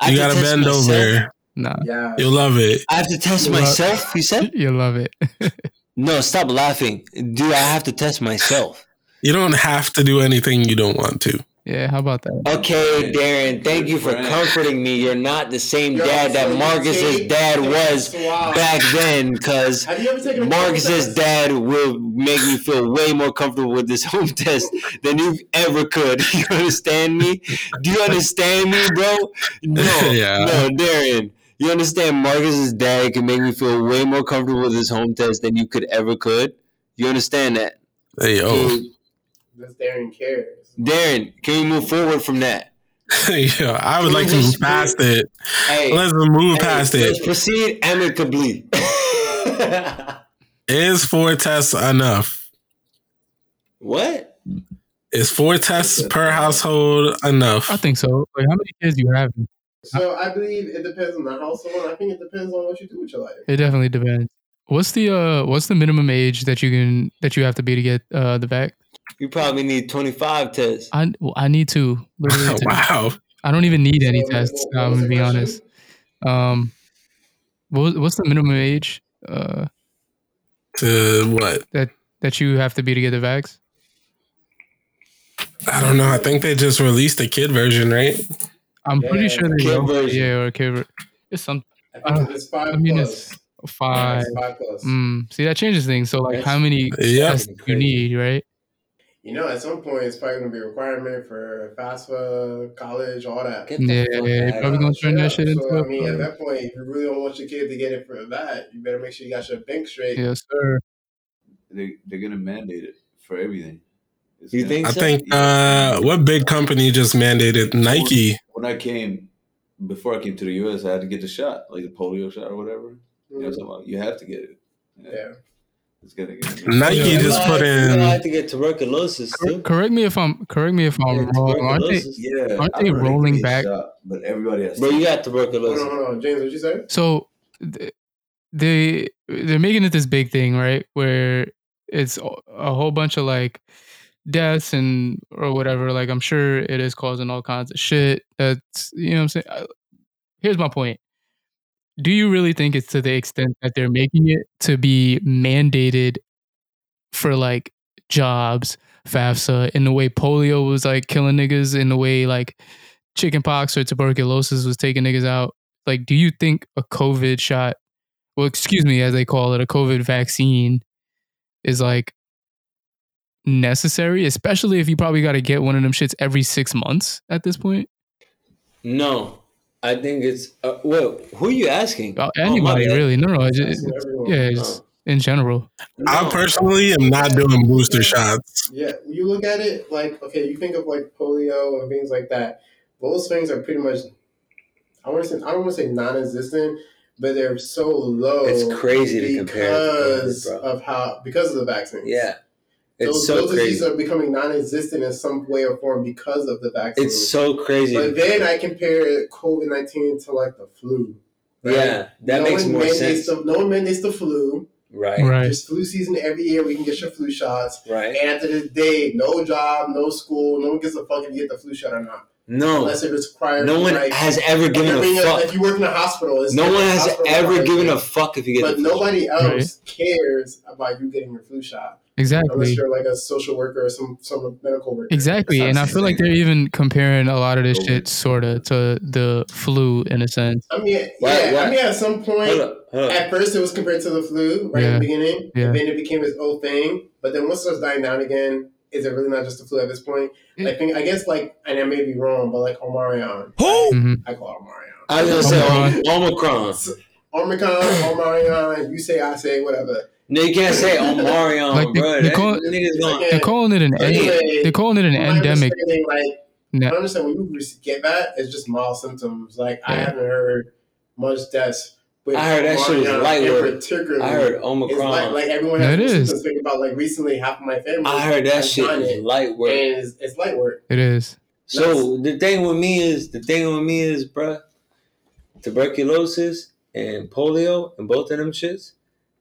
[SPEAKER 2] I
[SPEAKER 4] You
[SPEAKER 2] can
[SPEAKER 4] gotta
[SPEAKER 2] test
[SPEAKER 4] bend
[SPEAKER 2] myself.
[SPEAKER 4] over.
[SPEAKER 1] Nah,
[SPEAKER 3] Yeah.
[SPEAKER 4] You'll love it.
[SPEAKER 2] I have to test myself, you said?
[SPEAKER 1] you love it. (laughs)
[SPEAKER 2] No, stop laughing. Dude, I have to test myself.
[SPEAKER 4] You don't have to do anything you don't want to.
[SPEAKER 1] yeah, how about that?
[SPEAKER 2] Okay, Darren, thank you for
[SPEAKER 5] Right.
[SPEAKER 2] comforting me. You're not the same
[SPEAKER 3] Yo,
[SPEAKER 2] dad
[SPEAKER 3] so
[SPEAKER 2] that
[SPEAKER 3] you
[SPEAKER 2] Marcus's
[SPEAKER 3] take-
[SPEAKER 2] dad was
[SPEAKER 3] Wow.
[SPEAKER 2] back then, because
[SPEAKER 3] Have you ever taken a
[SPEAKER 2] Marcus's dad will make me feel way more comfortable with this home (laughs) test than you ever could. (laughs) You understand me? Do you understand me, bro? No,
[SPEAKER 4] (laughs) Yeah.
[SPEAKER 2] no, Darren. You understand Marcus's dad can make me feel way more comfortable with this home test than you could ever could. You understand that?
[SPEAKER 4] Hey,
[SPEAKER 1] Oh.
[SPEAKER 4] yo.
[SPEAKER 2] Dude,
[SPEAKER 3] That's Darren cares.
[SPEAKER 2] Darren, can we move forward from that?
[SPEAKER 4] (laughs) yo, I would like to move past it.
[SPEAKER 2] Hey,
[SPEAKER 4] Let's move
[SPEAKER 2] hey,
[SPEAKER 4] past
[SPEAKER 2] let's
[SPEAKER 4] it.
[SPEAKER 2] proceed amicably. (laughs)
[SPEAKER 4] Is four tests enough?
[SPEAKER 2] what?
[SPEAKER 4] Is four tests per household enough? (laughs)
[SPEAKER 1] I think so. Like, how many kids you have?
[SPEAKER 3] So I believe it depends on the household. and I think it depends on what you do with your life.
[SPEAKER 1] It definitely depends. What's the uh? What's the minimum age that you can that you have to be to get uh the vac?
[SPEAKER 2] You probably need 25 tests.
[SPEAKER 1] I well, I need to
[SPEAKER 4] (laughs)
[SPEAKER 1] literally. to-
[SPEAKER 4] wow.
[SPEAKER 1] I don't even need any
[SPEAKER 3] So,
[SPEAKER 1] tests.
[SPEAKER 3] what- what
[SPEAKER 1] I'm
[SPEAKER 3] was
[SPEAKER 1] gonna
[SPEAKER 3] the
[SPEAKER 1] be
[SPEAKER 3] question?
[SPEAKER 1] honest. Um, what, what's the minimum age uh
[SPEAKER 4] To what?
[SPEAKER 1] that you have to be to get the vax?
[SPEAKER 4] I don't know. I think they just released the kid version, right?
[SPEAKER 1] I'm pretty
[SPEAKER 3] Yeah,
[SPEAKER 1] sure they
[SPEAKER 2] kid
[SPEAKER 1] don't-
[SPEAKER 2] version.
[SPEAKER 1] Yeah, or kid. ver- It's some
[SPEAKER 3] I think it's five
[SPEAKER 1] Uh, I mean,
[SPEAKER 3] plus.
[SPEAKER 1] it's five.
[SPEAKER 3] It's five plus.
[SPEAKER 1] Mm, see, that changes things. So, like, how many
[SPEAKER 4] Yep.
[SPEAKER 1] tests you need, right?
[SPEAKER 3] You know, at some point, it's probably gonna be a requirement for FAFSA, college, all that.
[SPEAKER 2] Get the
[SPEAKER 1] Yeah,
[SPEAKER 2] fuck
[SPEAKER 1] you're
[SPEAKER 2] out of
[SPEAKER 1] probably
[SPEAKER 2] here.
[SPEAKER 1] gonna turn that shit
[SPEAKER 3] so,
[SPEAKER 1] into.
[SPEAKER 3] I mean, at
[SPEAKER 1] a
[SPEAKER 3] that point, if you really don't want your kid to get it for that, you better make sure you got your bank straight.
[SPEAKER 1] Yes, sir.
[SPEAKER 5] They they're gonna mandate it for everything. It's
[SPEAKER 2] You
[SPEAKER 5] gonna-
[SPEAKER 2] think
[SPEAKER 4] I
[SPEAKER 2] so?
[SPEAKER 4] think uh what big company just mandated Nike?
[SPEAKER 5] when I came before I came to the U.S., I had to get the shot, like the polio shot or whatever. You
[SPEAKER 2] Mm.
[SPEAKER 5] know what I'm talking about? You have to get it.
[SPEAKER 3] Yeah.
[SPEAKER 5] It's gonna get
[SPEAKER 4] Nike
[SPEAKER 2] You
[SPEAKER 4] just
[SPEAKER 2] know,
[SPEAKER 4] put
[SPEAKER 2] you know, I have
[SPEAKER 4] in
[SPEAKER 2] to get tuberculosis too.
[SPEAKER 1] Correct me if I'm correct me if I'm
[SPEAKER 2] Yeah,
[SPEAKER 1] wrong. Aren't they,
[SPEAKER 2] tuberculosis.
[SPEAKER 5] Yeah,
[SPEAKER 1] Aren't
[SPEAKER 5] I
[SPEAKER 1] they
[SPEAKER 5] heard it
[SPEAKER 1] rolling
[SPEAKER 5] gets
[SPEAKER 1] back-
[SPEAKER 5] shot, but everybody has.
[SPEAKER 2] Bro, you
[SPEAKER 5] to.
[SPEAKER 2] got
[SPEAKER 3] Hold on,
[SPEAKER 2] tuberculosis.
[SPEAKER 3] hold on, James. What you say?
[SPEAKER 1] so th- they they're making it this big thing, right? Where it's a- a whole bunch of like deaths and or whatever. Like I'm sure it is causing all kinds of shit. That's you know what I'm saying. I- Here's my point. Do you really think it's to the extent that they're making it to be mandated for like jobs, FAFSA, in the way polio was like killing niggas, in the way like chickenpox or tuberculosis was taking niggas out? Like, do you think a COVID shot, well, excuse me, as they call it, a COVID vaccine is like necessary, especially if you probably got to get one of them shits every six months at this point?
[SPEAKER 2] No, I think it's. Uh, well, who are you asking?
[SPEAKER 1] Uh,
[SPEAKER 2] Oh, my
[SPEAKER 1] anybody,
[SPEAKER 2] bad.
[SPEAKER 1] really? No, no, it's just,
[SPEAKER 3] Asking everyone.
[SPEAKER 1] Oh, yeah, it's just in general.
[SPEAKER 4] I
[SPEAKER 2] No.
[SPEAKER 4] personally am not doing booster shots.
[SPEAKER 3] Yeah, when you look at it like okay, you think of like polio and things like that. Those things are pretty much I want to say I don't want to say non-existent, but they're so low.
[SPEAKER 2] It's crazy to compare it to COVID,
[SPEAKER 3] because
[SPEAKER 2] bro.
[SPEAKER 3] of how because of the vaccines.
[SPEAKER 2] Yeah, it's
[SPEAKER 3] those,
[SPEAKER 2] so
[SPEAKER 3] those diseases
[SPEAKER 2] crazy.
[SPEAKER 3] are becoming non-existent in some way or form because of the vaccines.
[SPEAKER 2] It's so crazy.
[SPEAKER 3] but then I compare COVID nineteen to like the flu. right?
[SPEAKER 2] yeah, that
[SPEAKER 3] no
[SPEAKER 2] makes
[SPEAKER 3] one
[SPEAKER 2] more sense.
[SPEAKER 3] mandates The, no one mandates the flu.
[SPEAKER 2] right, right.
[SPEAKER 1] Right.
[SPEAKER 3] There's flu season every year. We can get your flu shots. And after this day, no job, no school, no one gives a fuck if you get the flu shot or not.
[SPEAKER 2] No,
[SPEAKER 3] unless it was prior.
[SPEAKER 2] Oh. no
[SPEAKER 3] to,
[SPEAKER 2] one
[SPEAKER 3] like,
[SPEAKER 2] has ever
[SPEAKER 3] Like,
[SPEAKER 2] given
[SPEAKER 3] I mean,
[SPEAKER 2] a
[SPEAKER 3] if,
[SPEAKER 2] fuck.
[SPEAKER 3] if you work in a hospital, it's
[SPEAKER 2] No
[SPEAKER 3] like
[SPEAKER 2] one
[SPEAKER 3] a
[SPEAKER 2] has
[SPEAKER 3] hospital
[SPEAKER 2] ever
[SPEAKER 3] like
[SPEAKER 2] given
[SPEAKER 3] that.
[SPEAKER 2] a fuck if you get.
[SPEAKER 3] But
[SPEAKER 2] the flu shot.
[SPEAKER 3] nobody else cares about you getting your flu shot unless
[SPEAKER 1] Exactly.
[SPEAKER 3] you're like a social worker or some some medical worker.
[SPEAKER 1] Exactly.
[SPEAKER 5] That's
[SPEAKER 1] And I
[SPEAKER 5] the
[SPEAKER 1] feel like
[SPEAKER 5] thing.
[SPEAKER 1] they're even comparing a lot of this
[SPEAKER 5] Covid.
[SPEAKER 1] shit sort of to the flu in a sense.
[SPEAKER 3] I mean,
[SPEAKER 2] Why-
[SPEAKER 3] yeah.
[SPEAKER 2] why-
[SPEAKER 3] I mean, at some point,
[SPEAKER 2] Hold up, hold up.
[SPEAKER 3] at first it was compared to the flu right in
[SPEAKER 1] Yeah.
[SPEAKER 3] the beginning,
[SPEAKER 1] Yeah.
[SPEAKER 3] and then it became its own thing. But then once it starts dying down again, is it really not just the flu at this point? I think I guess like, and I may be wrong, but like Omarion,
[SPEAKER 1] Mhm.
[SPEAKER 3] I call Omarion.
[SPEAKER 2] I was gonna say Omicron. (coughs)
[SPEAKER 3] Omicron, Omarion, you say, I say, whatever.
[SPEAKER 2] No, you can't say Omarion,
[SPEAKER 1] Like, they-
[SPEAKER 2] bro.
[SPEAKER 1] they
[SPEAKER 2] That
[SPEAKER 1] call it-
[SPEAKER 2] nigga's going.
[SPEAKER 1] They're calling it an
[SPEAKER 2] Hey,
[SPEAKER 1] end.
[SPEAKER 3] Anyway,
[SPEAKER 1] They're calling it an
[SPEAKER 3] my
[SPEAKER 1] endemic.
[SPEAKER 3] understanding, Like,
[SPEAKER 1] No.
[SPEAKER 3] I understand when you re- get that, it's just mild symptoms. Like I
[SPEAKER 1] Yeah.
[SPEAKER 3] haven't heard much deaths. With
[SPEAKER 2] I heard that shit was
[SPEAKER 3] Omarion
[SPEAKER 2] light
[SPEAKER 3] in
[SPEAKER 2] work.
[SPEAKER 3] particular.
[SPEAKER 2] I heard
[SPEAKER 3] It's like,
[SPEAKER 2] Omicron.
[SPEAKER 3] like everyone
[SPEAKER 1] No,
[SPEAKER 3] has
[SPEAKER 1] it
[SPEAKER 3] no
[SPEAKER 1] is.
[SPEAKER 3] symptoms. Think about like recently, half of my family.
[SPEAKER 2] I heard that
[SPEAKER 3] has
[SPEAKER 2] shit
[SPEAKER 3] done
[SPEAKER 2] is
[SPEAKER 3] it,
[SPEAKER 2] light work.
[SPEAKER 3] and it's, it's light work.
[SPEAKER 1] It is.
[SPEAKER 2] So the thing with me is the thing with me is, bruh, tuberculosis and polio and both of them shits,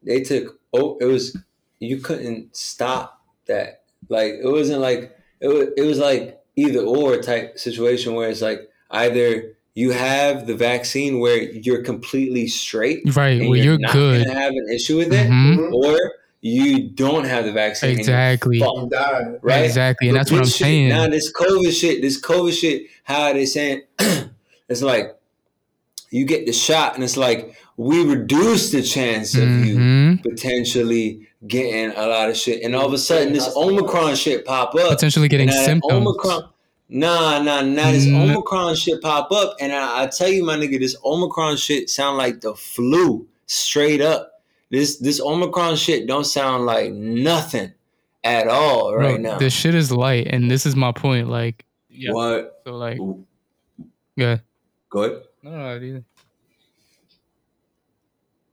[SPEAKER 2] they took oh it was you couldn't stop that. Like it wasn't like it was, it was like either or type situation where it's like either you have the vaccine where you're completely straight
[SPEAKER 1] Right.
[SPEAKER 2] and
[SPEAKER 1] Well, you're,
[SPEAKER 2] not
[SPEAKER 1] good.
[SPEAKER 2] gonna have an issue with it,
[SPEAKER 1] Mhm.
[SPEAKER 3] Mhm.
[SPEAKER 2] or you don't have the vaccine. and you're
[SPEAKER 1] Exactly.
[SPEAKER 2] fucked,
[SPEAKER 3] You died.
[SPEAKER 2] right?
[SPEAKER 1] Exactly. And
[SPEAKER 2] But
[SPEAKER 1] that's what I'm
[SPEAKER 2] this shit,
[SPEAKER 1] saying.
[SPEAKER 2] Now this COVID shit, this COVID shit, how they saying (clears throat) it's like you get the shot, and it's like we reduce the chance of you
[SPEAKER 1] Mhm.
[SPEAKER 2] potentially getting a lot of shit, and all of a sudden this Omicron shit pop up.
[SPEAKER 1] Potentially getting
[SPEAKER 2] and now that
[SPEAKER 1] symptoms.
[SPEAKER 2] Omicron, nah, nah, nah. This
[SPEAKER 1] Mm.
[SPEAKER 2] Omicron shit pop up, and I, I tell you, my nigga, this Omicron shit sound like the flu, straight up. This this Omicron shit don't sound like nothing at all
[SPEAKER 1] Bro,
[SPEAKER 2] right now.
[SPEAKER 1] This shit is light, and this is my point. Like, yeah.
[SPEAKER 5] What?
[SPEAKER 1] So like,
[SPEAKER 5] Ooh,
[SPEAKER 1] yeah.
[SPEAKER 5] Go ahead.
[SPEAKER 1] No, no, no,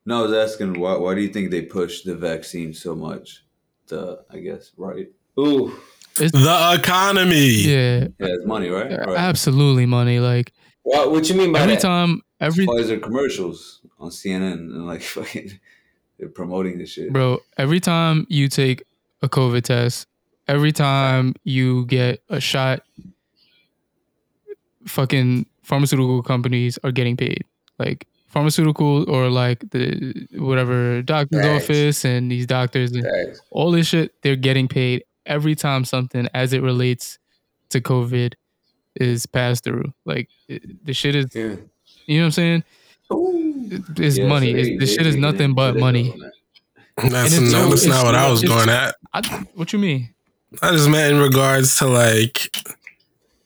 [SPEAKER 5] No, I was asking why. Why do you think they push the vaccine so much? The I guess right.
[SPEAKER 2] Ooh.
[SPEAKER 4] The economy.
[SPEAKER 1] yeah,
[SPEAKER 5] Yeah, it's money, right?
[SPEAKER 1] yeah,
[SPEAKER 5] right.
[SPEAKER 1] absolutely, money. Like
[SPEAKER 2] What, what you mean by
[SPEAKER 1] every
[SPEAKER 2] that?
[SPEAKER 1] time, every
[SPEAKER 5] Pfizer commercials on CNN and like (laughs) fucking, they're promoting this shit.
[SPEAKER 1] bro, every time you take a COVID test, every time you get a shot, fucking pharmaceutical companies are getting paid. Like pharmaceutical or like the whatever doctor's
[SPEAKER 2] Facts.
[SPEAKER 1] office and these doctors and
[SPEAKER 2] Facts.
[SPEAKER 1] all this shit they're getting paid every time something as it relates to covid is passed through like it- the shit is
[SPEAKER 2] Yeah.
[SPEAKER 1] you know what i'm saying it's
[SPEAKER 5] Yeah, so
[SPEAKER 1] money
[SPEAKER 5] they-
[SPEAKER 1] It's- this
[SPEAKER 5] they
[SPEAKER 1] shit is
[SPEAKER 5] making
[SPEAKER 1] nothing
[SPEAKER 5] it
[SPEAKER 1] but money
[SPEAKER 5] political, man.
[SPEAKER 4] That's
[SPEAKER 1] And it's-
[SPEAKER 4] no, that's
[SPEAKER 1] it's-
[SPEAKER 4] not what I was
[SPEAKER 1] it's-
[SPEAKER 4] going at.
[SPEAKER 1] I, what you mean
[SPEAKER 4] I just meant in regards to like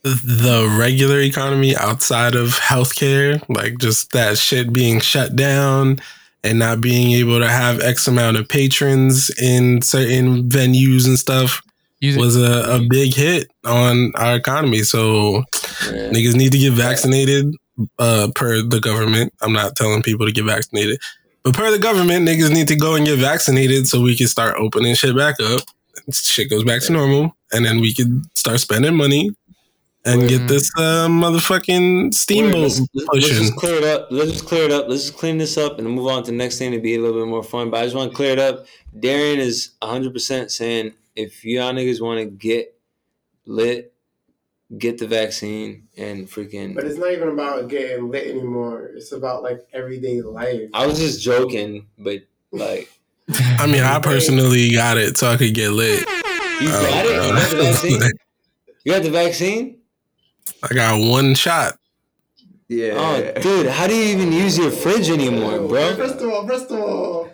[SPEAKER 4] the regular economy outside of healthcare, like just that shit being shut down and not being able to have X amount of patrons in certain venues and stuff
[SPEAKER 1] Use it-
[SPEAKER 4] was a, a big hit on our economy. So
[SPEAKER 2] Yeah.
[SPEAKER 4] niggas need to get vaccinated uh, per the government. I'm not telling people to get vaccinated, but per the government, niggas need to go and get vaccinated so we can start opening shit back up. Shit goes back to normal, and then we can start spending money and get this uh, motherfucking
[SPEAKER 2] Wait,
[SPEAKER 4] steamboat
[SPEAKER 2] let's, let's- let's
[SPEAKER 4] pushing.
[SPEAKER 2] just clear it up. Let's just clear it up. Let's just clean this up and move on to the next thing to be a little bit more fun. But I just want to clear it up. Darian is 100% saying if y'all niggas want to get lit, get the vaccine and freaking.
[SPEAKER 3] But it's not even about getting lit anymore. It's about like everyday life.
[SPEAKER 2] I was just joking, but like.
[SPEAKER 1] (laughs)
[SPEAKER 4] I mean, I personally got it so I could get lit.
[SPEAKER 2] You
[SPEAKER 4] Oh,
[SPEAKER 2] got it? You
[SPEAKER 4] (laughs)
[SPEAKER 2] got the
[SPEAKER 4] God.
[SPEAKER 2] vaccine? You got the vaccine?
[SPEAKER 4] I got one shot.
[SPEAKER 5] Yeah.
[SPEAKER 2] Oh, dude, how do you even use your fridge anymore,
[SPEAKER 3] Oh,
[SPEAKER 2] bro?
[SPEAKER 3] First of all, first of all,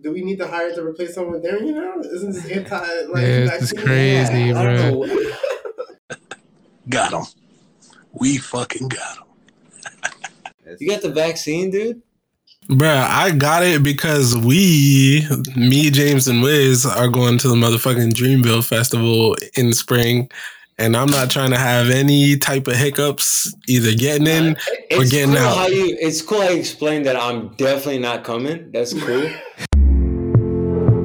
[SPEAKER 3] do we need to hire to replace someone there? You know, isn't this anti? Like,
[SPEAKER 1] yeah, this is
[SPEAKER 3] vaccine?
[SPEAKER 1] crazy
[SPEAKER 2] I don't
[SPEAKER 1] bro
[SPEAKER 2] know.
[SPEAKER 6] Got him. We fucking got him.
[SPEAKER 2] You got the vaccine, dude?
[SPEAKER 4] Bruh, I got it because we, me, James, and Wiz are going to the motherfucking Dreamville Festival in spring. And I'm not trying to have any type of hiccups either getting in.
[SPEAKER 2] It's
[SPEAKER 4] We're getting
[SPEAKER 2] cool
[SPEAKER 4] out.
[SPEAKER 2] how you. It's cool. I explained that I'm definitely not coming. That's
[SPEAKER 4] (laughs)
[SPEAKER 2] cool.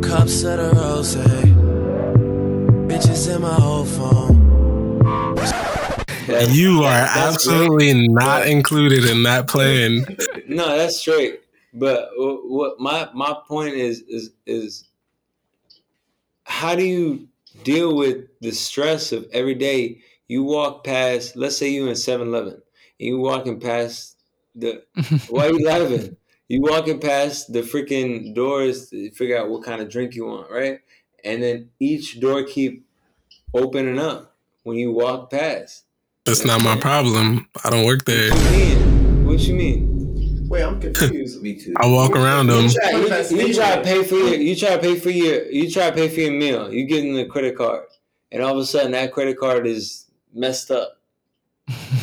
[SPEAKER 7] Cups of the rose. Bitches in my old phone.
[SPEAKER 2] Like,
[SPEAKER 4] You are
[SPEAKER 2] that's great.
[SPEAKER 4] absolutely not included in that plan.
[SPEAKER 2] No, that's straight. But wh- what my my point is is is how do you deal with the stress of every day you walk past, let's say you in 7 Eleven, and you walking past the, why you laughing? You walking past the freaking doors to figure out what kind of drink you want, right? And then each door keep opening up when you walk past.
[SPEAKER 4] That's not my problem. I don't work there.
[SPEAKER 2] What you mean? What you mean?
[SPEAKER 3] Wait,
[SPEAKER 2] (laughs)
[SPEAKER 3] I'm confused.
[SPEAKER 5] Me too.
[SPEAKER 4] I walk around them.
[SPEAKER 3] You try- you try to
[SPEAKER 2] You
[SPEAKER 3] sneak
[SPEAKER 2] try to
[SPEAKER 3] in.
[SPEAKER 2] pay for your you try to pay for your you try to pay for your meal. You give them the credit card, and all of a sudden that credit card is messed up.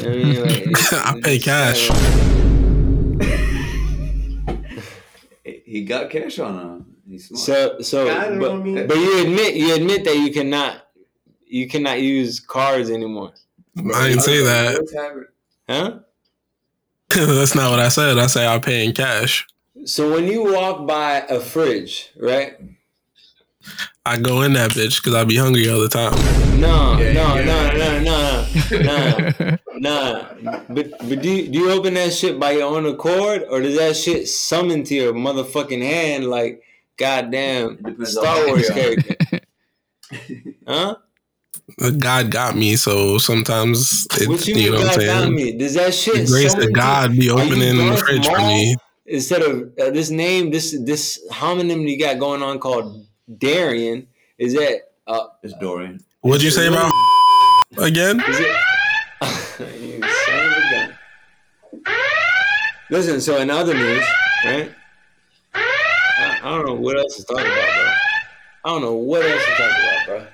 [SPEAKER 2] You know what I mean? Like,
[SPEAKER 4] (laughs)
[SPEAKER 2] it's-
[SPEAKER 4] I pay
[SPEAKER 2] it's-
[SPEAKER 4] cash.
[SPEAKER 5] He- He got cash on him. He's smart.
[SPEAKER 2] So so
[SPEAKER 3] God, you know what I
[SPEAKER 2] but,
[SPEAKER 3] mean?
[SPEAKER 2] but you admit you admit that you cannot you cannot use cards anymore.
[SPEAKER 4] I didn't say that.
[SPEAKER 2] Huh?
[SPEAKER 4] (laughs) That's not what I said. I say I pay in cash.
[SPEAKER 2] So when you walk by a fridge, right?
[SPEAKER 4] I go in that bitch because I be hungry all the time.
[SPEAKER 2] No,
[SPEAKER 5] Yeah,
[SPEAKER 2] no,
[SPEAKER 5] yeah.
[SPEAKER 2] no, no, no, no, no. Nah, but but do you, do you open that shit by your own accord, or does that shit summon to your motherfucking hand like goddamn
[SPEAKER 5] Depends
[SPEAKER 2] Star
[SPEAKER 5] on-
[SPEAKER 2] Wars
[SPEAKER 5] yeah.
[SPEAKER 2] character?
[SPEAKER 5] (laughs)
[SPEAKER 2] huh?
[SPEAKER 4] God got me, so sometimes
[SPEAKER 2] What
[SPEAKER 4] it's
[SPEAKER 2] you
[SPEAKER 4] you
[SPEAKER 2] mean
[SPEAKER 4] know what
[SPEAKER 2] God
[SPEAKER 4] I'm
[SPEAKER 2] got
[SPEAKER 4] saying.
[SPEAKER 2] me? Does that
[SPEAKER 4] The
[SPEAKER 2] shit
[SPEAKER 4] grace
[SPEAKER 2] summon
[SPEAKER 4] of
[SPEAKER 2] to-
[SPEAKER 4] God be
[SPEAKER 2] Are you
[SPEAKER 4] opening the
[SPEAKER 2] Darth
[SPEAKER 4] fridge for
[SPEAKER 2] Maul?
[SPEAKER 4] me.
[SPEAKER 2] instead of uh, this name, this this homonym you got going on called Darian? Is that uh?
[SPEAKER 5] It's Dorian.
[SPEAKER 4] What'd you say about again?
[SPEAKER 2] Is it? (laughs) you son of a gun. Listen, so in other news, right? I, I don't know what else to talk about, bro. I don't know what else to talk about, bro.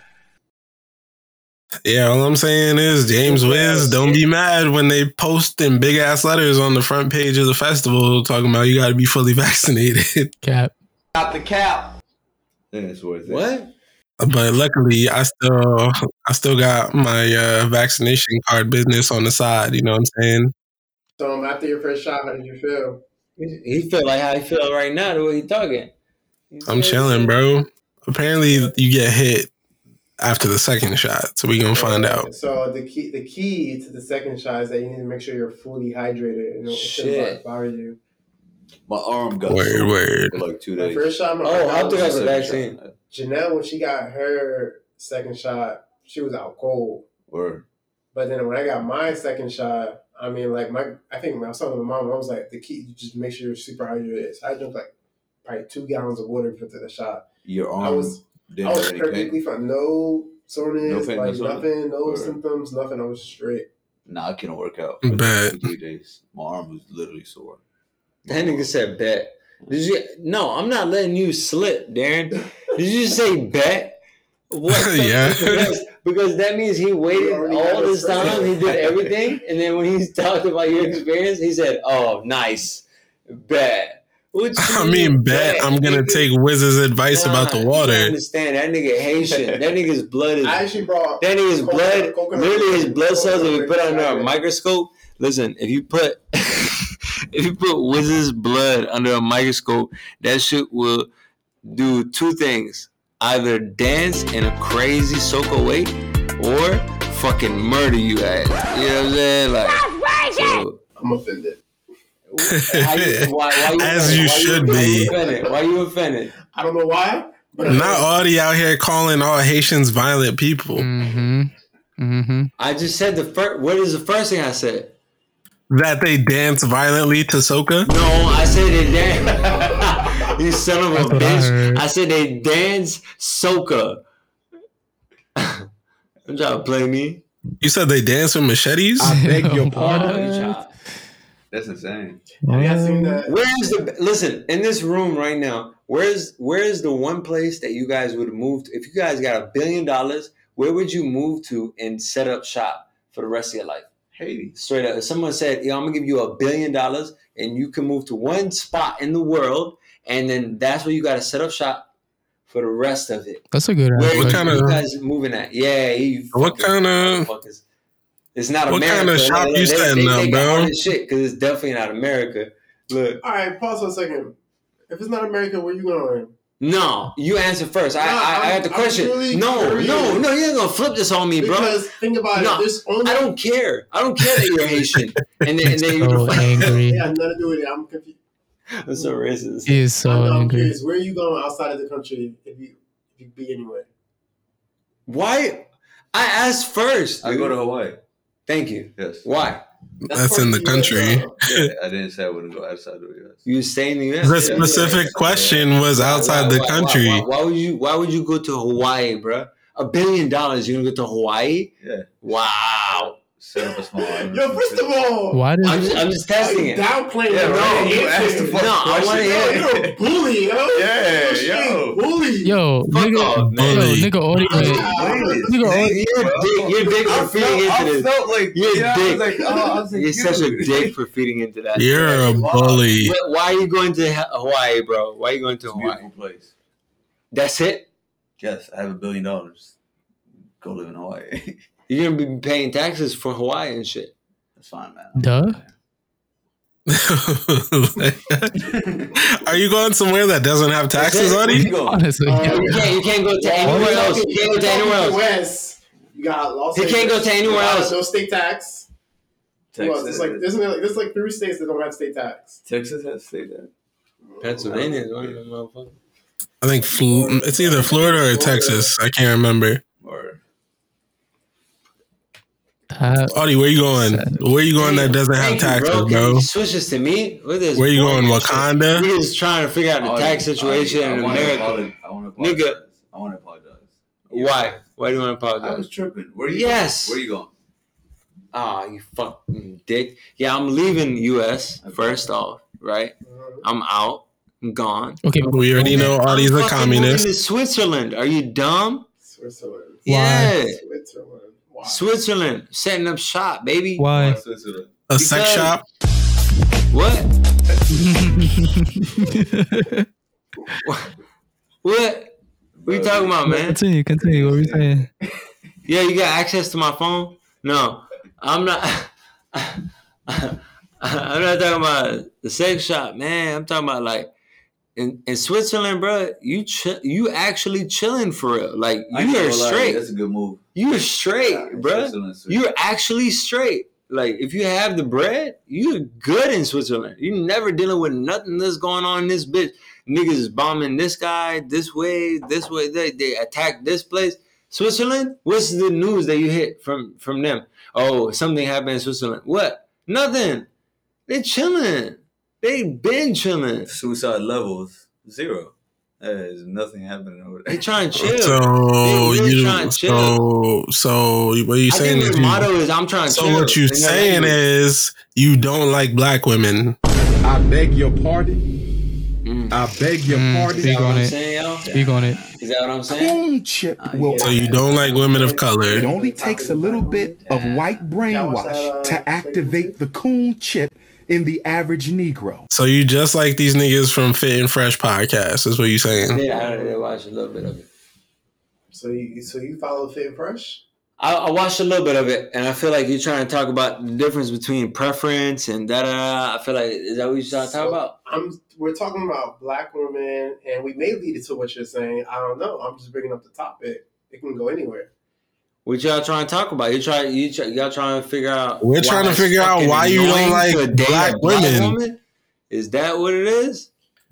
[SPEAKER 4] Yeah, all I'm saying is James Wiz, don't be mad when they post in big ass letters on the front page of the festival talking about you got to be fully (laughs) vaccinated.
[SPEAKER 1] (laughs) Cap.
[SPEAKER 5] Yeah, it's worth it.
[SPEAKER 2] What?
[SPEAKER 4] but luckily, I still I still got my uh, vaccination card business on the side. You know what I'm saying?
[SPEAKER 3] So um, after your first shot, how did you feel?
[SPEAKER 2] He feel like how he feel right now. The way he talking.
[SPEAKER 4] I'm chilling, bro. Apparently, you get hit after the second shot, so we gonna find out.
[SPEAKER 3] So the key, the key to the second shot is that you need to make sure you're fully hydrated and it
[SPEAKER 2] Shit.
[SPEAKER 3] shouldn't bother you.
[SPEAKER 5] My arm got
[SPEAKER 4] Word,
[SPEAKER 5] sore
[SPEAKER 4] word.
[SPEAKER 5] for like two
[SPEAKER 3] My
[SPEAKER 5] days.
[SPEAKER 3] first shot, my
[SPEAKER 2] Oh, I
[SPEAKER 3] oh,
[SPEAKER 2] think I
[SPEAKER 5] Just
[SPEAKER 2] was a
[SPEAKER 5] second
[SPEAKER 2] vaccine.
[SPEAKER 5] shot.
[SPEAKER 3] Janelle when she got her second shot, she was out cold.
[SPEAKER 5] Word.
[SPEAKER 3] But then when I got my second shot, I mean, like my, I think when I was talking to my mom, I was like, the key, you just make sure you're super hydrated. So I drank like probably two gallons of water for the shot.
[SPEAKER 5] Your arm
[SPEAKER 3] I was, I
[SPEAKER 5] didn't
[SPEAKER 3] was
[SPEAKER 5] have any pain.
[SPEAKER 3] perfectly fine. No soreness,
[SPEAKER 5] No pain, no
[SPEAKER 3] like
[SPEAKER 5] soreness.
[SPEAKER 3] nothing, no
[SPEAKER 5] Right.
[SPEAKER 3] symptoms, nothing. I was straight.
[SPEAKER 5] Nah, I couldn't work out
[SPEAKER 4] Bet.
[SPEAKER 5] for two days. My arm was literally sore.
[SPEAKER 2] That nigga said bet. Did you? No, I'm not letting you slip, Darren. Did you say bet? What?
[SPEAKER 4] (laughs)
[SPEAKER 2] the-
[SPEAKER 4] Yeah.
[SPEAKER 2] Because, because that means he
[SPEAKER 3] We
[SPEAKER 2] waited
[SPEAKER 3] already
[SPEAKER 2] all
[SPEAKER 3] got
[SPEAKER 2] this
[SPEAKER 3] it first.
[SPEAKER 2] time. He
[SPEAKER 3] (laughs)
[SPEAKER 2] did everything, and then when he (laughs) talked about your experience, he said, "Oh, nice, bet." What you
[SPEAKER 4] (laughs) I mean, bet I'm gonna
[SPEAKER 2] nigga?
[SPEAKER 4] take Wiz's advice
[SPEAKER 2] Nah,
[SPEAKER 4] about the
[SPEAKER 2] You don't
[SPEAKER 4] water.
[SPEAKER 2] understand that nigga Haitian? That nigga's blood is
[SPEAKER 3] I actually brought
[SPEAKER 2] that nigga's blood,
[SPEAKER 3] Coconut- coconut-
[SPEAKER 2] literally his blood cells. If you
[SPEAKER 3] coconut-
[SPEAKER 2] put it under a
[SPEAKER 3] coconut-
[SPEAKER 2] microscope, listen. If you put, (laughs) if you put Wiz's blood under a microscope, that shit will do two things: either dance in a crazy soca way, or fucking murder you ass. You know what I'm saying? Like,
[SPEAKER 4] (laughs)
[SPEAKER 2] so,
[SPEAKER 3] I'm offended.
[SPEAKER 2] how you- why, why you
[SPEAKER 4] As
[SPEAKER 2] offended?
[SPEAKER 4] you
[SPEAKER 2] Why
[SPEAKER 4] should
[SPEAKER 2] why
[SPEAKER 4] be.
[SPEAKER 2] You offended? Why you offended?
[SPEAKER 3] I don't know why, but
[SPEAKER 4] Not Audie out here calling all Haitians violent people.
[SPEAKER 1] Mm-hmm. Mm-hmm.
[SPEAKER 2] I just said the first. What is the first thing I said?
[SPEAKER 4] That they dance violently to soca.
[SPEAKER 2] No, I said they dance. you son of a
[SPEAKER 1] That's what I
[SPEAKER 2] bitch.
[SPEAKER 1] heard.
[SPEAKER 2] I, said they dance soca. (laughs) I'm trying to play me.
[SPEAKER 4] You said they dance with machetes.
[SPEAKER 5] I beg your
[SPEAKER 1] What?
[SPEAKER 5] pardon. child. That's insane.
[SPEAKER 3] have y'all
[SPEAKER 1] Um,
[SPEAKER 3] seen that?
[SPEAKER 2] Where's the listen in this room right now? Where's where's the one place that you guys would move to if you guys got a billion dollars? Where would you move to and set up shop for the rest of your life?
[SPEAKER 5] Haiti.
[SPEAKER 2] Straight up, if someone said, "Yo, I'm gonna give you a billion dollars and you can move to one spot in the world, and then that's where you got to set up shop for the rest of it."
[SPEAKER 1] That's a good
[SPEAKER 2] Where
[SPEAKER 1] ass
[SPEAKER 2] what
[SPEAKER 1] question.
[SPEAKER 4] kind of-
[SPEAKER 2] you guys moving at? Yeah, you
[SPEAKER 4] What
[SPEAKER 2] fucking
[SPEAKER 4] kind of
[SPEAKER 2] motherfuckers. It's not
[SPEAKER 4] what
[SPEAKER 2] America.
[SPEAKER 4] kinda shop
[SPEAKER 2] They- they-
[SPEAKER 4] you
[SPEAKER 2] they-
[SPEAKER 4] setting
[SPEAKER 2] they got
[SPEAKER 4] up, bro?
[SPEAKER 2] all this Shit, because it's definitely not America. Look,
[SPEAKER 3] All right, pause for a second. If it's not America, where you going?
[SPEAKER 2] no, you answer first. I,
[SPEAKER 3] Nah,
[SPEAKER 2] I, I
[SPEAKER 3] I'm-
[SPEAKER 2] got the
[SPEAKER 3] I'm
[SPEAKER 2] question.
[SPEAKER 3] really
[SPEAKER 2] no,
[SPEAKER 3] curious.
[SPEAKER 2] no, no, you're gonna flip this on me, bro.
[SPEAKER 3] Because think about
[SPEAKER 2] No,
[SPEAKER 3] it. There's only
[SPEAKER 2] I don't care. I don't care that you're Haitian. And then, and then
[SPEAKER 4] (laughs)
[SPEAKER 1] So
[SPEAKER 2] you're
[SPEAKER 3] (laughs)
[SPEAKER 1] angry.
[SPEAKER 3] It had nothing to do with it. I'm confused.
[SPEAKER 2] (laughs) I'm so racist.
[SPEAKER 1] He is
[SPEAKER 3] I
[SPEAKER 1] so
[SPEAKER 3] know, I'm
[SPEAKER 1] angry.
[SPEAKER 3] curious. Where are you going outside of the country if you if you be anywhere?
[SPEAKER 2] Why? I asked first.
[SPEAKER 5] I
[SPEAKER 2] dude.
[SPEAKER 5] go to Hawaii.
[SPEAKER 2] Thank you.
[SPEAKER 5] Yes.
[SPEAKER 2] Why?
[SPEAKER 4] That's in the country.
[SPEAKER 5] Yeah, I didn't say I wouldn't go outside the U.S.
[SPEAKER 2] You stay in the U.S.
[SPEAKER 4] The
[SPEAKER 2] Yeah.
[SPEAKER 4] specific question was
[SPEAKER 2] Why-
[SPEAKER 4] outside
[SPEAKER 2] why-
[SPEAKER 4] the
[SPEAKER 2] why-
[SPEAKER 4] country.
[SPEAKER 2] Why, why would you? Why would you go to Hawaii, bro? A billion dollars, you're gonna go to Hawaii?
[SPEAKER 5] Yeah.
[SPEAKER 2] Wow.
[SPEAKER 5] Set up a small.
[SPEAKER 3] (laughs)
[SPEAKER 5] island.
[SPEAKER 3] Yo, first of all,
[SPEAKER 1] Why
[SPEAKER 2] I'm
[SPEAKER 1] does
[SPEAKER 2] just, I'm just testing it.
[SPEAKER 3] downplaying
[SPEAKER 5] Yeah,
[SPEAKER 3] the
[SPEAKER 5] right.
[SPEAKER 3] right
[SPEAKER 5] You asked the
[SPEAKER 3] answer.
[SPEAKER 5] fucking
[SPEAKER 2] No, I
[SPEAKER 5] question.
[SPEAKER 2] wanna
[SPEAKER 3] Yo,
[SPEAKER 2] hear
[SPEAKER 5] Yeah.
[SPEAKER 3] you're a bully, yo.
[SPEAKER 5] (laughs) Yeah,
[SPEAKER 3] You're a
[SPEAKER 5] yo.
[SPEAKER 3] bully.
[SPEAKER 1] yo
[SPEAKER 2] Fuck
[SPEAKER 1] nigga
[SPEAKER 2] off, man.
[SPEAKER 1] yo
[SPEAKER 4] Bully.
[SPEAKER 1] nigga audio
[SPEAKER 5] Please.
[SPEAKER 1] nigga
[SPEAKER 2] Your
[SPEAKER 1] audio
[SPEAKER 2] dick, your dick
[SPEAKER 5] I
[SPEAKER 2] for
[SPEAKER 5] felt,
[SPEAKER 2] feeding
[SPEAKER 5] I
[SPEAKER 2] into this.
[SPEAKER 5] felt like
[SPEAKER 2] You're a
[SPEAKER 5] yeah,
[SPEAKER 2] dick.
[SPEAKER 5] I was like, oh, I was like,
[SPEAKER 2] You're such a
[SPEAKER 5] dude.
[SPEAKER 2] dick for feeding into that.
[SPEAKER 4] You're a
[SPEAKER 5] Why?
[SPEAKER 4] bully. (laughs)
[SPEAKER 2] Why- Why are you going to Ha- Hawaii, bro? Why are you going to
[SPEAKER 5] It's a
[SPEAKER 2] Hawaii?
[SPEAKER 5] beautiful place.
[SPEAKER 2] That's it.
[SPEAKER 5] Yes, I have a billion dollars. Go live in Hawaii. (laughs)
[SPEAKER 2] You're gonna be paying taxes for Hawaii and shit.
[SPEAKER 5] That's fine, man.
[SPEAKER 1] (laughs) Duh.
[SPEAKER 4] Are you going somewhere that doesn't have taxes on
[SPEAKER 5] Where
[SPEAKER 4] it?
[SPEAKER 5] you going?
[SPEAKER 1] honestly
[SPEAKER 3] Uh,
[SPEAKER 2] You can't. You can't go to
[SPEAKER 3] We're
[SPEAKER 2] anywhere else.
[SPEAKER 3] talking-
[SPEAKER 2] You can't
[SPEAKER 3] we're
[SPEAKER 2] go to
[SPEAKER 3] talking
[SPEAKER 2] anywhere else.
[SPEAKER 3] West. You got Los
[SPEAKER 2] He can't
[SPEAKER 3] Angeles.
[SPEAKER 2] go to anywhere
[SPEAKER 3] You got
[SPEAKER 2] else.
[SPEAKER 3] No state tax. Who else? There's
[SPEAKER 5] Texas.
[SPEAKER 3] like, isn't there, like- there's like three states that don't have state tax.
[SPEAKER 5] Texas has state that.
[SPEAKER 2] Pennsylvania Oh, is one of them motherfuckers.
[SPEAKER 4] I think Fl- it's either Florida or Texas. I can't remember.
[SPEAKER 5] Or
[SPEAKER 1] Uh,
[SPEAKER 4] Audie, where you going? Where you going that doesn't have
[SPEAKER 2] Thank you,
[SPEAKER 4] taxes,
[SPEAKER 2] bro. Can
[SPEAKER 4] bro?
[SPEAKER 2] you Switch this to me. What is
[SPEAKER 4] Where you going,
[SPEAKER 2] We're
[SPEAKER 4] Wakanda?
[SPEAKER 2] just trying to figure out the tax situation in
[SPEAKER 5] wanna
[SPEAKER 2] America.
[SPEAKER 5] apologize. Oh, I want to
[SPEAKER 2] Nigga.
[SPEAKER 5] apologize. I want to apologize.
[SPEAKER 2] Why? Why do you want to
[SPEAKER 5] I was
[SPEAKER 2] apologize?
[SPEAKER 5] tripping. Where you?
[SPEAKER 2] Yes.
[SPEAKER 5] Going? Where you going?
[SPEAKER 2] Ah, you fucking dick. Yeah, I'm leaving U.S. first off, right?
[SPEAKER 3] Um,
[SPEAKER 2] I'm out. I'm gone.
[SPEAKER 1] okay
[SPEAKER 4] We already know Audie's
[SPEAKER 2] I'm
[SPEAKER 4] a
[SPEAKER 2] fucking
[SPEAKER 4] communist.
[SPEAKER 2] moving to Switzerland. Are you dumb?
[SPEAKER 3] Switzerland.
[SPEAKER 2] Yeah.
[SPEAKER 3] Switzerland. Wow.
[SPEAKER 2] Switzerland. Setting up shop, baby.
[SPEAKER 5] (laughs)
[SPEAKER 1] why
[SPEAKER 5] Switzerland.
[SPEAKER 4] A sex
[SPEAKER 2] Because-
[SPEAKER 4] shop.
[SPEAKER 2] What? (laughs) What? What you talking about, man?
[SPEAKER 1] continue continue what were you saying
[SPEAKER 2] Yeah, you got access to my phone? No, I'm not. (laughs) I'm not talking about the sex shop, man. I'm talking about like in, in Switzerland, bro. You chi- you actually chilling for real. Like
[SPEAKER 5] I ain't
[SPEAKER 2] you
[SPEAKER 5] gonna
[SPEAKER 2] are
[SPEAKER 5] lie,
[SPEAKER 2] straight.
[SPEAKER 5] That's a good move.
[SPEAKER 2] You're
[SPEAKER 5] Yeah,
[SPEAKER 2] straight, bro.
[SPEAKER 5] Switzerland's sweet.
[SPEAKER 2] You're actually straight. Like if you have the bread, you're good in Switzerland. You're never dealing with nothing that's going on in this bitch. Niggas is bombing this guy this way, this way. They they attack this place. Switzerland. What's the news that you hit from from them? Oh, something happened in Switzerland. What? Nothing. They chilling. They been chilling.
[SPEAKER 5] suicide levels zero. There's nothing happening over
[SPEAKER 2] They
[SPEAKER 5] there.
[SPEAKER 2] trying to chill.
[SPEAKER 4] So
[SPEAKER 2] They really
[SPEAKER 4] you
[SPEAKER 2] trying to
[SPEAKER 4] so so what you
[SPEAKER 2] I
[SPEAKER 4] saying
[SPEAKER 2] think
[SPEAKER 4] is
[SPEAKER 2] the
[SPEAKER 4] you-
[SPEAKER 2] motto is I'm trying to
[SPEAKER 4] so
[SPEAKER 2] chill.
[SPEAKER 4] what you
[SPEAKER 2] And they're
[SPEAKER 4] saying
[SPEAKER 2] angry.
[SPEAKER 4] is you don't like black women.
[SPEAKER 8] I beg your pardon.
[SPEAKER 2] Mm.
[SPEAKER 8] I beg your
[SPEAKER 1] Mm,
[SPEAKER 8] pardon.
[SPEAKER 1] speak
[SPEAKER 2] Is that what
[SPEAKER 1] on
[SPEAKER 2] I'm
[SPEAKER 1] it
[SPEAKER 2] saying, y'all?
[SPEAKER 1] speak on it
[SPEAKER 2] Is that what I'm saying?
[SPEAKER 8] Coon chip
[SPEAKER 5] Uh,
[SPEAKER 8] will.
[SPEAKER 4] So you don't like women of
[SPEAKER 8] It
[SPEAKER 4] color.
[SPEAKER 8] only takes a little bit of white brainwash to activate the coon chip in the average Negro.
[SPEAKER 4] So you just like these niggas from Fit and Fresh podcast. Is what you saying?
[SPEAKER 2] Yeah, I did watch a little bit of it.
[SPEAKER 3] So you so you follow Fit Fresh?
[SPEAKER 2] I, I watched a little bit of it, and I feel like you're trying to talk about the difference between preference and da da. da. I feel like is that what you're trying to talk about?
[SPEAKER 3] I'm. We're talking about black women, and we may lead it to what you're saying. I don't know. I'm just bringing up the topic. It can go anywhere.
[SPEAKER 2] What y'all trying to talk about? You try, you try, y'all trying to figure out.
[SPEAKER 4] We're
[SPEAKER 2] why
[SPEAKER 4] trying to
[SPEAKER 2] it's
[SPEAKER 4] figure out
[SPEAKER 2] fucking
[SPEAKER 4] why you don't
[SPEAKER 2] annoying
[SPEAKER 4] like
[SPEAKER 2] to date a
[SPEAKER 4] black women.
[SPEAKER 2] woman? Is that what it is?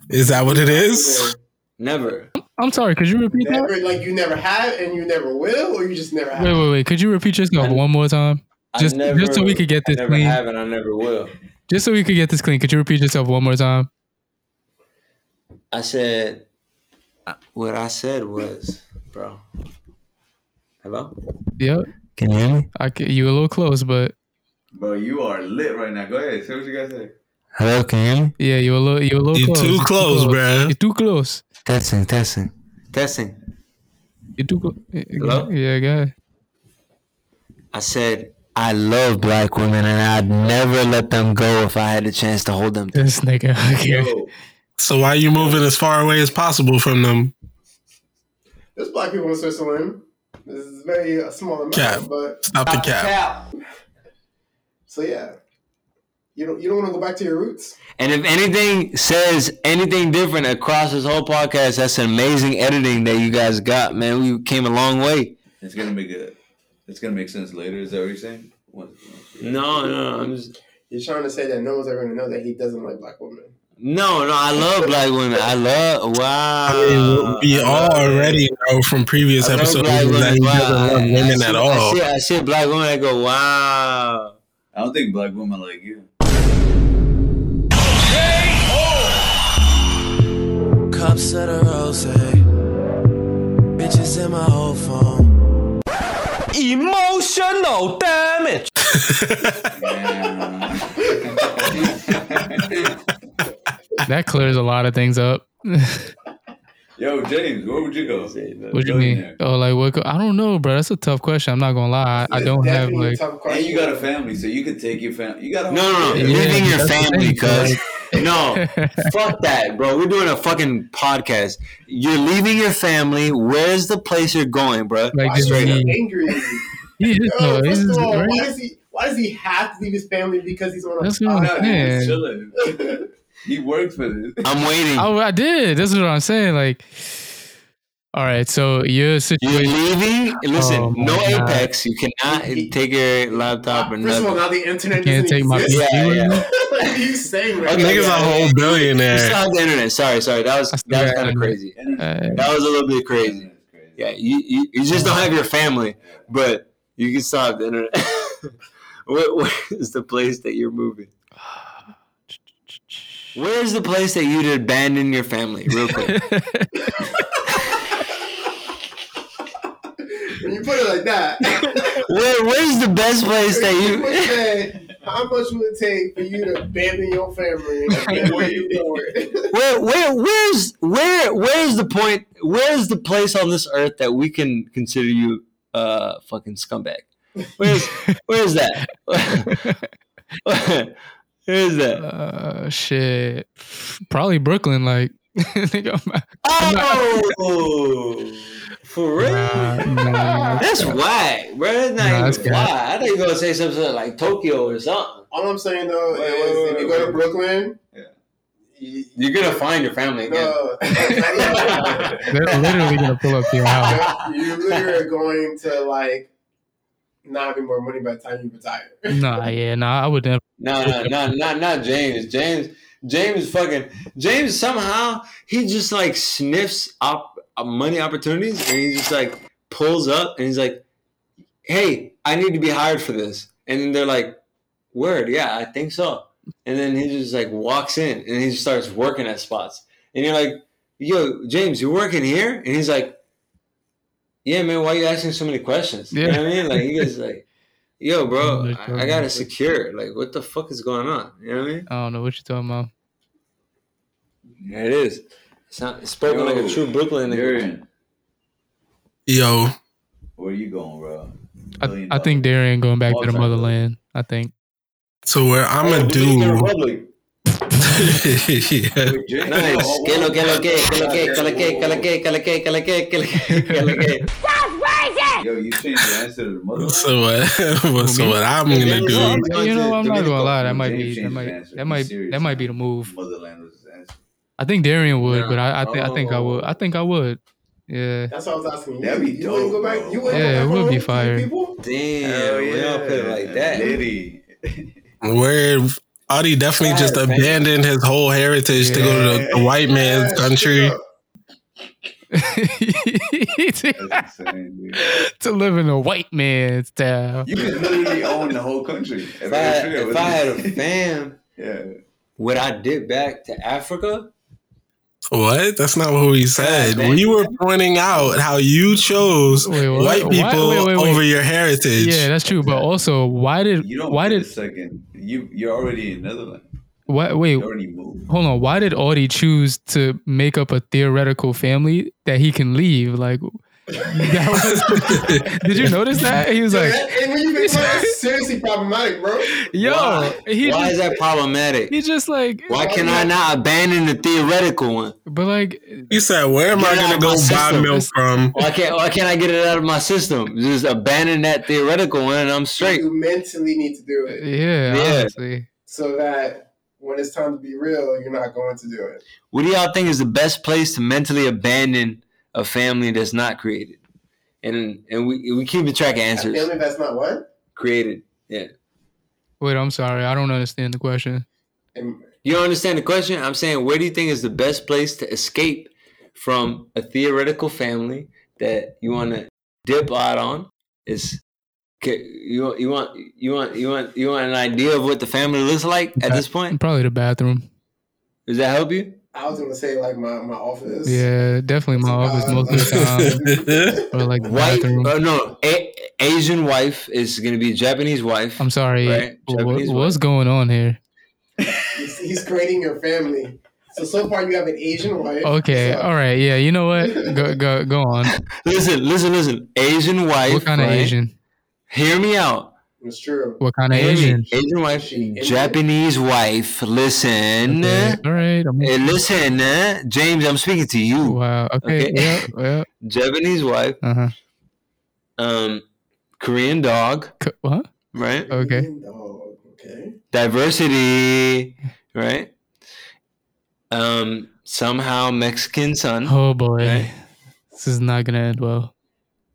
[SPEAKER 4] Is that what it is?
[SPEAKER 2] Never.
[SPEAKER 1] I'm sorry could you repeat that
[SPEAKER 3] Never, like you never have, and you never will, or you just never have.
[SPEAKER 1] wait wait wait could you repeat yourself one more time just
[SPEAKER 2] I never,
[SPEAKER 1] just so we could get
[SPEAKER 2] I
[SPEAKER 1] this
[SPEAKER 2] never
[SPEAKER 1] clean
[SPEAKER 2] have, and I never will.
[SPEAKER 1] just so we could get this clean could you repeat yourself one more time
[SPEAKER 2] I said, I- what I said was, bro. Hello.
[SPEAKER 1] yep
[SPEAKER 7] Can you hear me?
[SPEAKER 1] I ca- you a little close but
[SPEAKER 5] (laughs) Bro, you are lit right now. Go ahead. Say what you guys say.
[SPEAKER 7] Hello, can you hear me?
[SPEAKER 1] yeah you a little you a little
[SPEAKER 4] You
[SPEAKER 1] close.
[SPEAKER 4] too close, bruh.
[SPEAKER 1] you too close
[SPEAKER 7] Testing, testing.
[SPEAKER 2] Testing.
[SPEAKER 1] you too close
[SPEAKER 2] Hello?
[SPEAKER 1] yeah guy
[SPEAKER 2] I said,
[SPEAKER 7] I love black women and I'd never let them go if I had a chance to hold them.
[SPEAKER 1] this nigga (laughs) okay
[SPEAKER 5] Yo,
[SPEAKER 4] So why you moving as far away as possible from them?
[SPEAKER 3] There's black people in Switzerland. This is very a small amount,
[SPEAKER 4] Cap.
[SPEAKER 3] but
[SPEAKER 4] Stop the cap.
[SPEAKER 3] so yeah. You don't you don't want to go back to your roots.
[SPEAKER 2] And if anything says anything different across this whole podcast, that's amazing editing that you guys got, man. We came a long way.
[SPEAKER 5] it's gonna make a, it's gonna make sense later. Is that what you're saying? Once- once we-
[SPEAKER 2] No, no, I'm just
[SPEAKER 3] You're trying to say that no one's ever going to know that he doesn't like black women.
[SPEAKER 2] No, no, I love black women. I love wow.
[SPEAKER 4] I mean, we
[SPEAKER 2] I
[SPEAKER 4] all
[SPEAKER 2] love-
[SPEAKER 4] already know from previous
[SPEAKER 2] I love
[SPEAKER 4] episodes
[SPEAKER 2] black
[SPEAKER 4] that
[SPEAKER 2] women.
[SPEAKER 4] he
[SPEAKER 2] Wow.
[SPEAKER 4] doesn't love
[SPEAKER 2] I- I
[SPEAKER 4] women
[SPEAKER 2] see-
[SPEAKER 4] at
[SPEAKER 2] I
[SPEAKER 4] all.
[SPEAKER 2] see, I see black women. I go wow.
[SPEAKER 5] I don't think black women like you.
[SPEAKER 9] Cups of the rose. Bitches in my whole phone. Emotional damage.
[SPEAKER 5] (laughs)
[SPEAKER 9] (laughs)
[SPEAKER 1] That clears a lot of things up. (laughs) what
[SPEAKER 5] Yo, James, where would you go?
[SPEAKER 1] do you mean? Oh, like what? co- I don't know, bro. That's a tough question. I'm not gonna lie. I, I don't have
[SPEAKER 3] Definitely
[SPEAKER 1] like.
[SPEAKER 3] tough question.
[SPEAKER 5] And you got a family, so you could take your family. You got a
[SPEAKER 2] No, no, no.
[SPEAKER 5] Yeah.
[SPEAKER 2] Leaving your
[SPEAKER 1] that's the
[SPEAKER 2] family,
[SPEAKER 1] thing,
[SPEAKER 2] cuz. No, (laughs) fuck that, bro. We're doing a fucking podcast. You're leaving your family. Where's the place you're going, bro?
[SPEAKER 1] (laughs) Like
[SPEAKER 3] Why
[SPEAKER 1] just
[SPEAKER 3] is
[SPEAKER 2] straight
[SPEAKER 1] being-
[SPEAKER 3] he
[SPEAKER 1] (laughs)
[SPEAKER 3] angry? at you?
[SPEAKER 1] he is
[SPEAKER 3] Yo,
[SPEAKER 1] though. He's
[SPEAKER 3] first of all,
[SPEAKER 1] right?
[SPEAKER 3] why does he? Why does he have to leave his family because he's on a
[SPEAKER 1] That's what I'm
[SPEAKER 3] podcast?
[SPEAKER 5] No, he
[SPEAKER 1] Man.
[SPEAKER 5] was chilling. (laughs) he worked for this.
[SPEAKER 2] I'm waiting.
[SPEAKER 1] Oh, I did. This is what I'm saying. Like, all right. So your
[SPEAKER 2] You're
[SPEAKER 1] situation.
[SPEAKER 2] leaving. Listen,
[SPEAKER 1] Oh, my
[SPEAKER 2] no
[SPEAKER 1] God.
[SPEAKER 2] apex. You cannot take your laptop or
[SPEAKER 3] First of all,
[SPEAKER 2] nothing.
[SPEAKER 3] now the internet
[SPEAKER 1] Can't
[SPEAKER 3] doesn't
[SPEAKER 1] take my
[SPEAKER 3] exist.
[SPEAKER 1] PC
[SPEAKER 2] Yeah,
[SPEAKER 1] with
[SPEAKER 2] yeah.
[SPEAKER 1] me.
[SPEAKER 3] (laughs) what are you saying right
[SPEAKER 2] Okay,
[SPEAKER 4] Niggas
[SPEAKER 2] yeah.
[SPEAKER 4] a whole
[SPEAKER 2] You
[SPEAKER 4] billionaire.
[SPEAKER 2] still have the internet. Sorry, sorry. That was
[SPEAKER 1] I still
[SPEAKER 2] that was
[SPEAKER 1] got
[SPEAKER 2] kind of
[SPEAKER 1] internet.
[SPEAKER 2] crazy.
[SPEAKER 1] Uh,
[SPEAKER 2] That was a little bit crazy. Yeah, you, you, you just don't have your family, but you can still have the internet. (laughs) what, what is the place that you're
[SPEAKER 1] (sighs)
[SPEAKER 2] moving? Where's the place that you'd abandon your family, real quick?
[SPEAKER 3] now? (laughs) When you put it like that, (laughs)
[SPEAKER 2] Where, where's the best place that
[SPEAKER 3] you
[SPEAKER 2] (laughs)
[SPEAKER 3] would
[SPEAKER 2] you?
[SPEAKER 3] say, how much would it take for you to abandon your family (laughs) and abandon where you born?
[SPEAKER 2] Where, where, where's, where, where's the point? Where's the place on this earth that we can consider you uh fucking scumbag? (laughs) Where's, where's that? (laughs) where's that?
[SPEAKER 1] uh, shit. Probably Brooklyn. Like, (laughs) I think I'm-
[SPEAKER 2] Oh, for real?
[SPEAKER 1] Nah,
[SPEAKER 2] (laughs)
[SPEAKER 1] nah.
[SPEAKER 2] That's whack, bro. That's not
[SPEAKER 1] Nah,
[SPEAKER 2] even
[SPEAKER 1] that's good.
[SPEAKER 2] whack. I thought you were gonna say something like Tokyo or something.
[SPEAKER 3] (laughs) All I'm saying though
[SPEAKER 5] Wait,
[SPEAKER 3] is,
[SPEAKER 5] wait,
[SPEAKER 3] if you go
[SPEAKER 5] wait,
[SPEAKER 3] to
[SPEAKER 5] wait.
[SPEAKER 3] Brooklyn,
[SPEAKER 2] You're gonna find your family again.
[SPEAKER 3] no, (laughs) not
[SPEAKER 1] they're literally gonna pull up to your house.
[SPEAKER 3] even- you literally are going to like not having more money by the time you retire.
[SPEAKER 1] Nah, yeah, nah. I would never.
[SPEAKER 2] No, no, no, not not James. James, James, fucking James. Somehow he just like sniffs up op- money opportunities, and he just like pulls up, and he's like, "Hey, I need to be hired for this." And then they're like, "Word, yeah, I think so." And then he just like walks in, and he starts working at spots, and you're like, "Yo, James, you're working here?" And he's like, "Yeah, man. Why are you asking so many questions?" You know what I mean? Like he gets like. Yo,
[SPEAKER 1] (laughs)
[SPEAKER 2] bro, I, I gotta secure. Like, what the fuck is going on? You know what I mean?
[SPEAKER 1] I don't know what you're talking about.
[SPEAKER 2] Yeah, it is. It's not it's spoken like a
[SPEAKER 5] Yo,
[SPEAKER 2] true Brooklyn nigga.
[SPEAKER 5] Darian,
[SPEAKER 4] Yo,
[SPEAKER 5] where you going, bro?
[SPEAKER 1] I,
[SPEAKER 5] Billion
[SPEAKER 1] I think
[SPEAKER 5] dollars.
[SPEAKER 1] Darian going back to the
[SPEAKER 5] Multi-billion.
[SPEAKER 1] motherland. I think.
[SPEAKER 4] so where I'm
[SPEAKER 2] Oh,
[SPEAKER 4] gonna
[SPEAKER 2] Dominican
[SPEAKER 4] do?
[SPEAKER 2] Republic.
[SPEAKER 4] Yeah.
[SPEAKER 5] Wait, James-
[SPEAKER 2] Nice.
[SPEAKER 5] Oh,
[SPEAKER 2] Que lo que lo que, que lo que, que lo que, que lo
[SPEAKER 5] whoa, whoa,
[SPEAKER 2] que, que lo que, que lo que, que lo que, que lo que.
[SPEAKER 5] whoa. Yo, you changed the answer to the
[SPEAKER 4] (laughs)
[SPEAKER 5] mother.
[SPEAKER 4] So what? (laughs) so what I'm gonna
[SPEAKER 1] Yeah,
[SPEAKER 4] do?
[SPEAKER 1] you know, I'm not
[SPEAKER 2] Dominican.
[SPEAKER 1] gonna lie. That
[SPEAKER 5] Republic.
[SPEAKER 1] might be.
[SPEAKER 5] James
[SPEAKER 1] That
[SPEAKER 5] changed his
[SPEAKER 1] might.
[SPEAKER 5] answer.
[SPEAKER 1] That
[SPEAKER 5] He's
[SPEAKER 1] might.
[SPEAKER 5] serious
[SPEAKER 1] That might be
[SPEAKER 5] now.
[SPEAKER 1] the move.
[SPEAKER 5] Motherland was his answer.
[SPEAKER 1] I think Darian would, but I, I think. I think I
[SPEAKER 5] Oh.
[SPEAKER 1] would. I think I would. Yeah. (laughs)
[SPEAKER 3] That's what I was asking. You,
[SPEAKER 5] That'd be
[SPEAKER 3] you wouldn't go
[SPEAKER 5] dope,
[SPEAKER 3] back.
[SPEAKER 5] bro.
[SPEAKER 3] You wouldn't
[SPEAKER 1] Yeah, it
[SPEAKER 3] go back
[SPEAKER 1] would
[SPEAKER 3] home
[SPEAKER 1] be
[SPEAKER 3] to
[SPEAKER 1] fire.
[SPEAKER 3] People?
[SPEAKER 2] (laughs) Damn, we don't put it like that.
[SPEAKER 5] Diddy.
[SPEAKER 4] Where Audie definitely just
[SPEAKER 2] Yeah, man.
[SPEAKER 4] abandoned his whole heritage to go to the, the white man's
[SPEAKER 3] Yeah,
[SPEAKER 4] country.
[SPEAKER 3] straight up.
[SPEAKER 5] That's insane, dude.
[SPEAKER 1] to live in a white man's town.
[SPEAKER 5] You could literally own the whole country.
[SPEAKER 2] If I, if I had a fam,
[SPEAKER 5] yeah.
[SPEAKER 2] would I dip back to Africa?
[SPEAKER 4] What? That's not what we said.
[SPEAKER 2] Yeah, man.
[SPEAKER 4] we were pointing out how you chose
[SPEAKER 1] Wait, what?
[SPEAKER 4] white
[SPEAKER 1] Why-
[SPEAKER 4] people
[SPEAKER 1] wait, wait, wait.
[SPEAKER 4] over your heritage.
[SPEAKER 1] Yeah, that's true. But also, why did
[SPEAKER 5] You don't
[SPEAKER 1] why
[SPEAKER 5] get
[SPEAKER 1] did
[SPEAKER 5] a second. You you're already in Netherlands.
[SPEAKER 1] why, wait
[SPEAKER 5] You already moved.
[SPEAKER 1] hold on? Why did Audie choose to make up a theoretical family that he can leave? Like, that was, did you notice that he was
[SPEAKER 3] Yo,
[SPEAKER 1] like,
[SPEAKER 3] that- and (laughs) when you think about it, it's seriously problematic, bro.
[SPEAKER 1] "Yo,
[SPEAKER 2] Why,
[SPEAKER 1] he
[SPEAKER 2] Why
[SPEAKER 1] just,
[SPEAKER 2] is that problematic?
[SPEAKER 1] he just like,
[SPEAKER 2] Why can I not abandon the theoretical one?
[SPEAKER 1] but like,
[SPEAKER 4] You said, where am
[SPEAKER 2] Get
[SPEAKER 4] I
[SPEAKER 2] out
[SPEAKER 4] gonna
[SPEAKER 2] of my
[SPEAKER 4] go buy
[SPEAKER 2] system.
[SPEAKER 4] milk from?
[SPEAKER 2] Why can't why can't I get it out of my system? Just abandon that theoretical one and I'm straight.
[SPEAKER 3] You mentally need to do it
[SPEAKER 1] yeah,
[SPEAKER 2] Yeah.
[SPEAKER 1] honestly,
[SPEAKER 3] so that when it's time to be real, you're not going to do it.
[SPEAKER 2] What do y'all think is the best place to mentally abandon a family that's not created? And and we we keep track of
[SPEAKER 3] A
[SPEAKER 2] answers.
[SPEAKER 3] family that's not what?
[SPEAKER 2] Created.
[SPEAKER 1] wait, I'm sorry, I don't understand the question.
[SPEAKER 3] And
[SPEAKER 2] You don't understand the question? I'm saying, where do you think is the best place to escape from a theoretical family that you want to dip out on? Is you you want you want you want you want an idea of what the family looks like at this point?
[SPEAKER 1] Probably the bathroom.
[SPEAKER 2] Does that help you?
[SPEAKER 3] I was gonna say like my, my office.
[SPEAKER 1] Yeah, definitely my office most of the
[SPEAKER 3] (laughs)
[SPEAKER 1] time, or like the
[SPEAKER 2] White?
[SPEAKER 1] bathroom.
[SPEAKER 2] Oh no, a- Asian wife is gonna be Japanese wife.
[SPEAKER 1] I'm sorry.
[SPEAKER 2] Right,
[SPEAKER 1] Wha-
[SPEAKER 2] Japanese
[SPEAKER 1] what's going on here?
[SPEAKER 3] He's, he's creating your family. So so far you have an Asian wife.
[SPEAKER 1] Okay,
[SPEAKER 3] So-
[SPEAKER 1] all right, yeah. You know what? Go go go
[SPEAKER 2] (laughs)
[SPEAKER 1] on.
[SPEAKER 2] Listen, listen, listen. Asian wife.
[SPEAKER 1] What kind of
[SPEAKER 2] right?
[SPEAKER 1] Asian?
[SPEAKER 2] Hear me out.
[SPEAKER 3] It's true.
[SPEAKER 1] What kind of
[SPEAKER 2] Hear me.
[SPEAKER 1] Asian?
[SPEAKER 2] Asian wife.
[SPEAKER 3] She Asian.
[SPEAKER 2] Japanese wife. Listen.
[SPEAKER 1] Okay, all right. I'm-
[SPEAKER 2] Hey, listen, eh? James, I'm speaking to you.
[SPEAKER 1] wow.
[SPEAKER 2] Okay.
[SPEAKER 1] Okay. Yeah. Yeah.
[SPEAKER 2] Japanese wife,
[SPEAKER 1] Uh huh.
[SPEAKER 2] um, Korean dog,
[SPEAKER 1] C- what?
[SPEAKER 2] right?
[SPEAKER 1] Okay.
[SPEAKER 3] Oh, okay.
[SPEAKER 2] Diversity, right? Um, somehow Mexican son.
[SPEAKER 1] Oh boy,
[SPEAKER 2] Okay.
[SPEAKER 1] this is not gonna end well.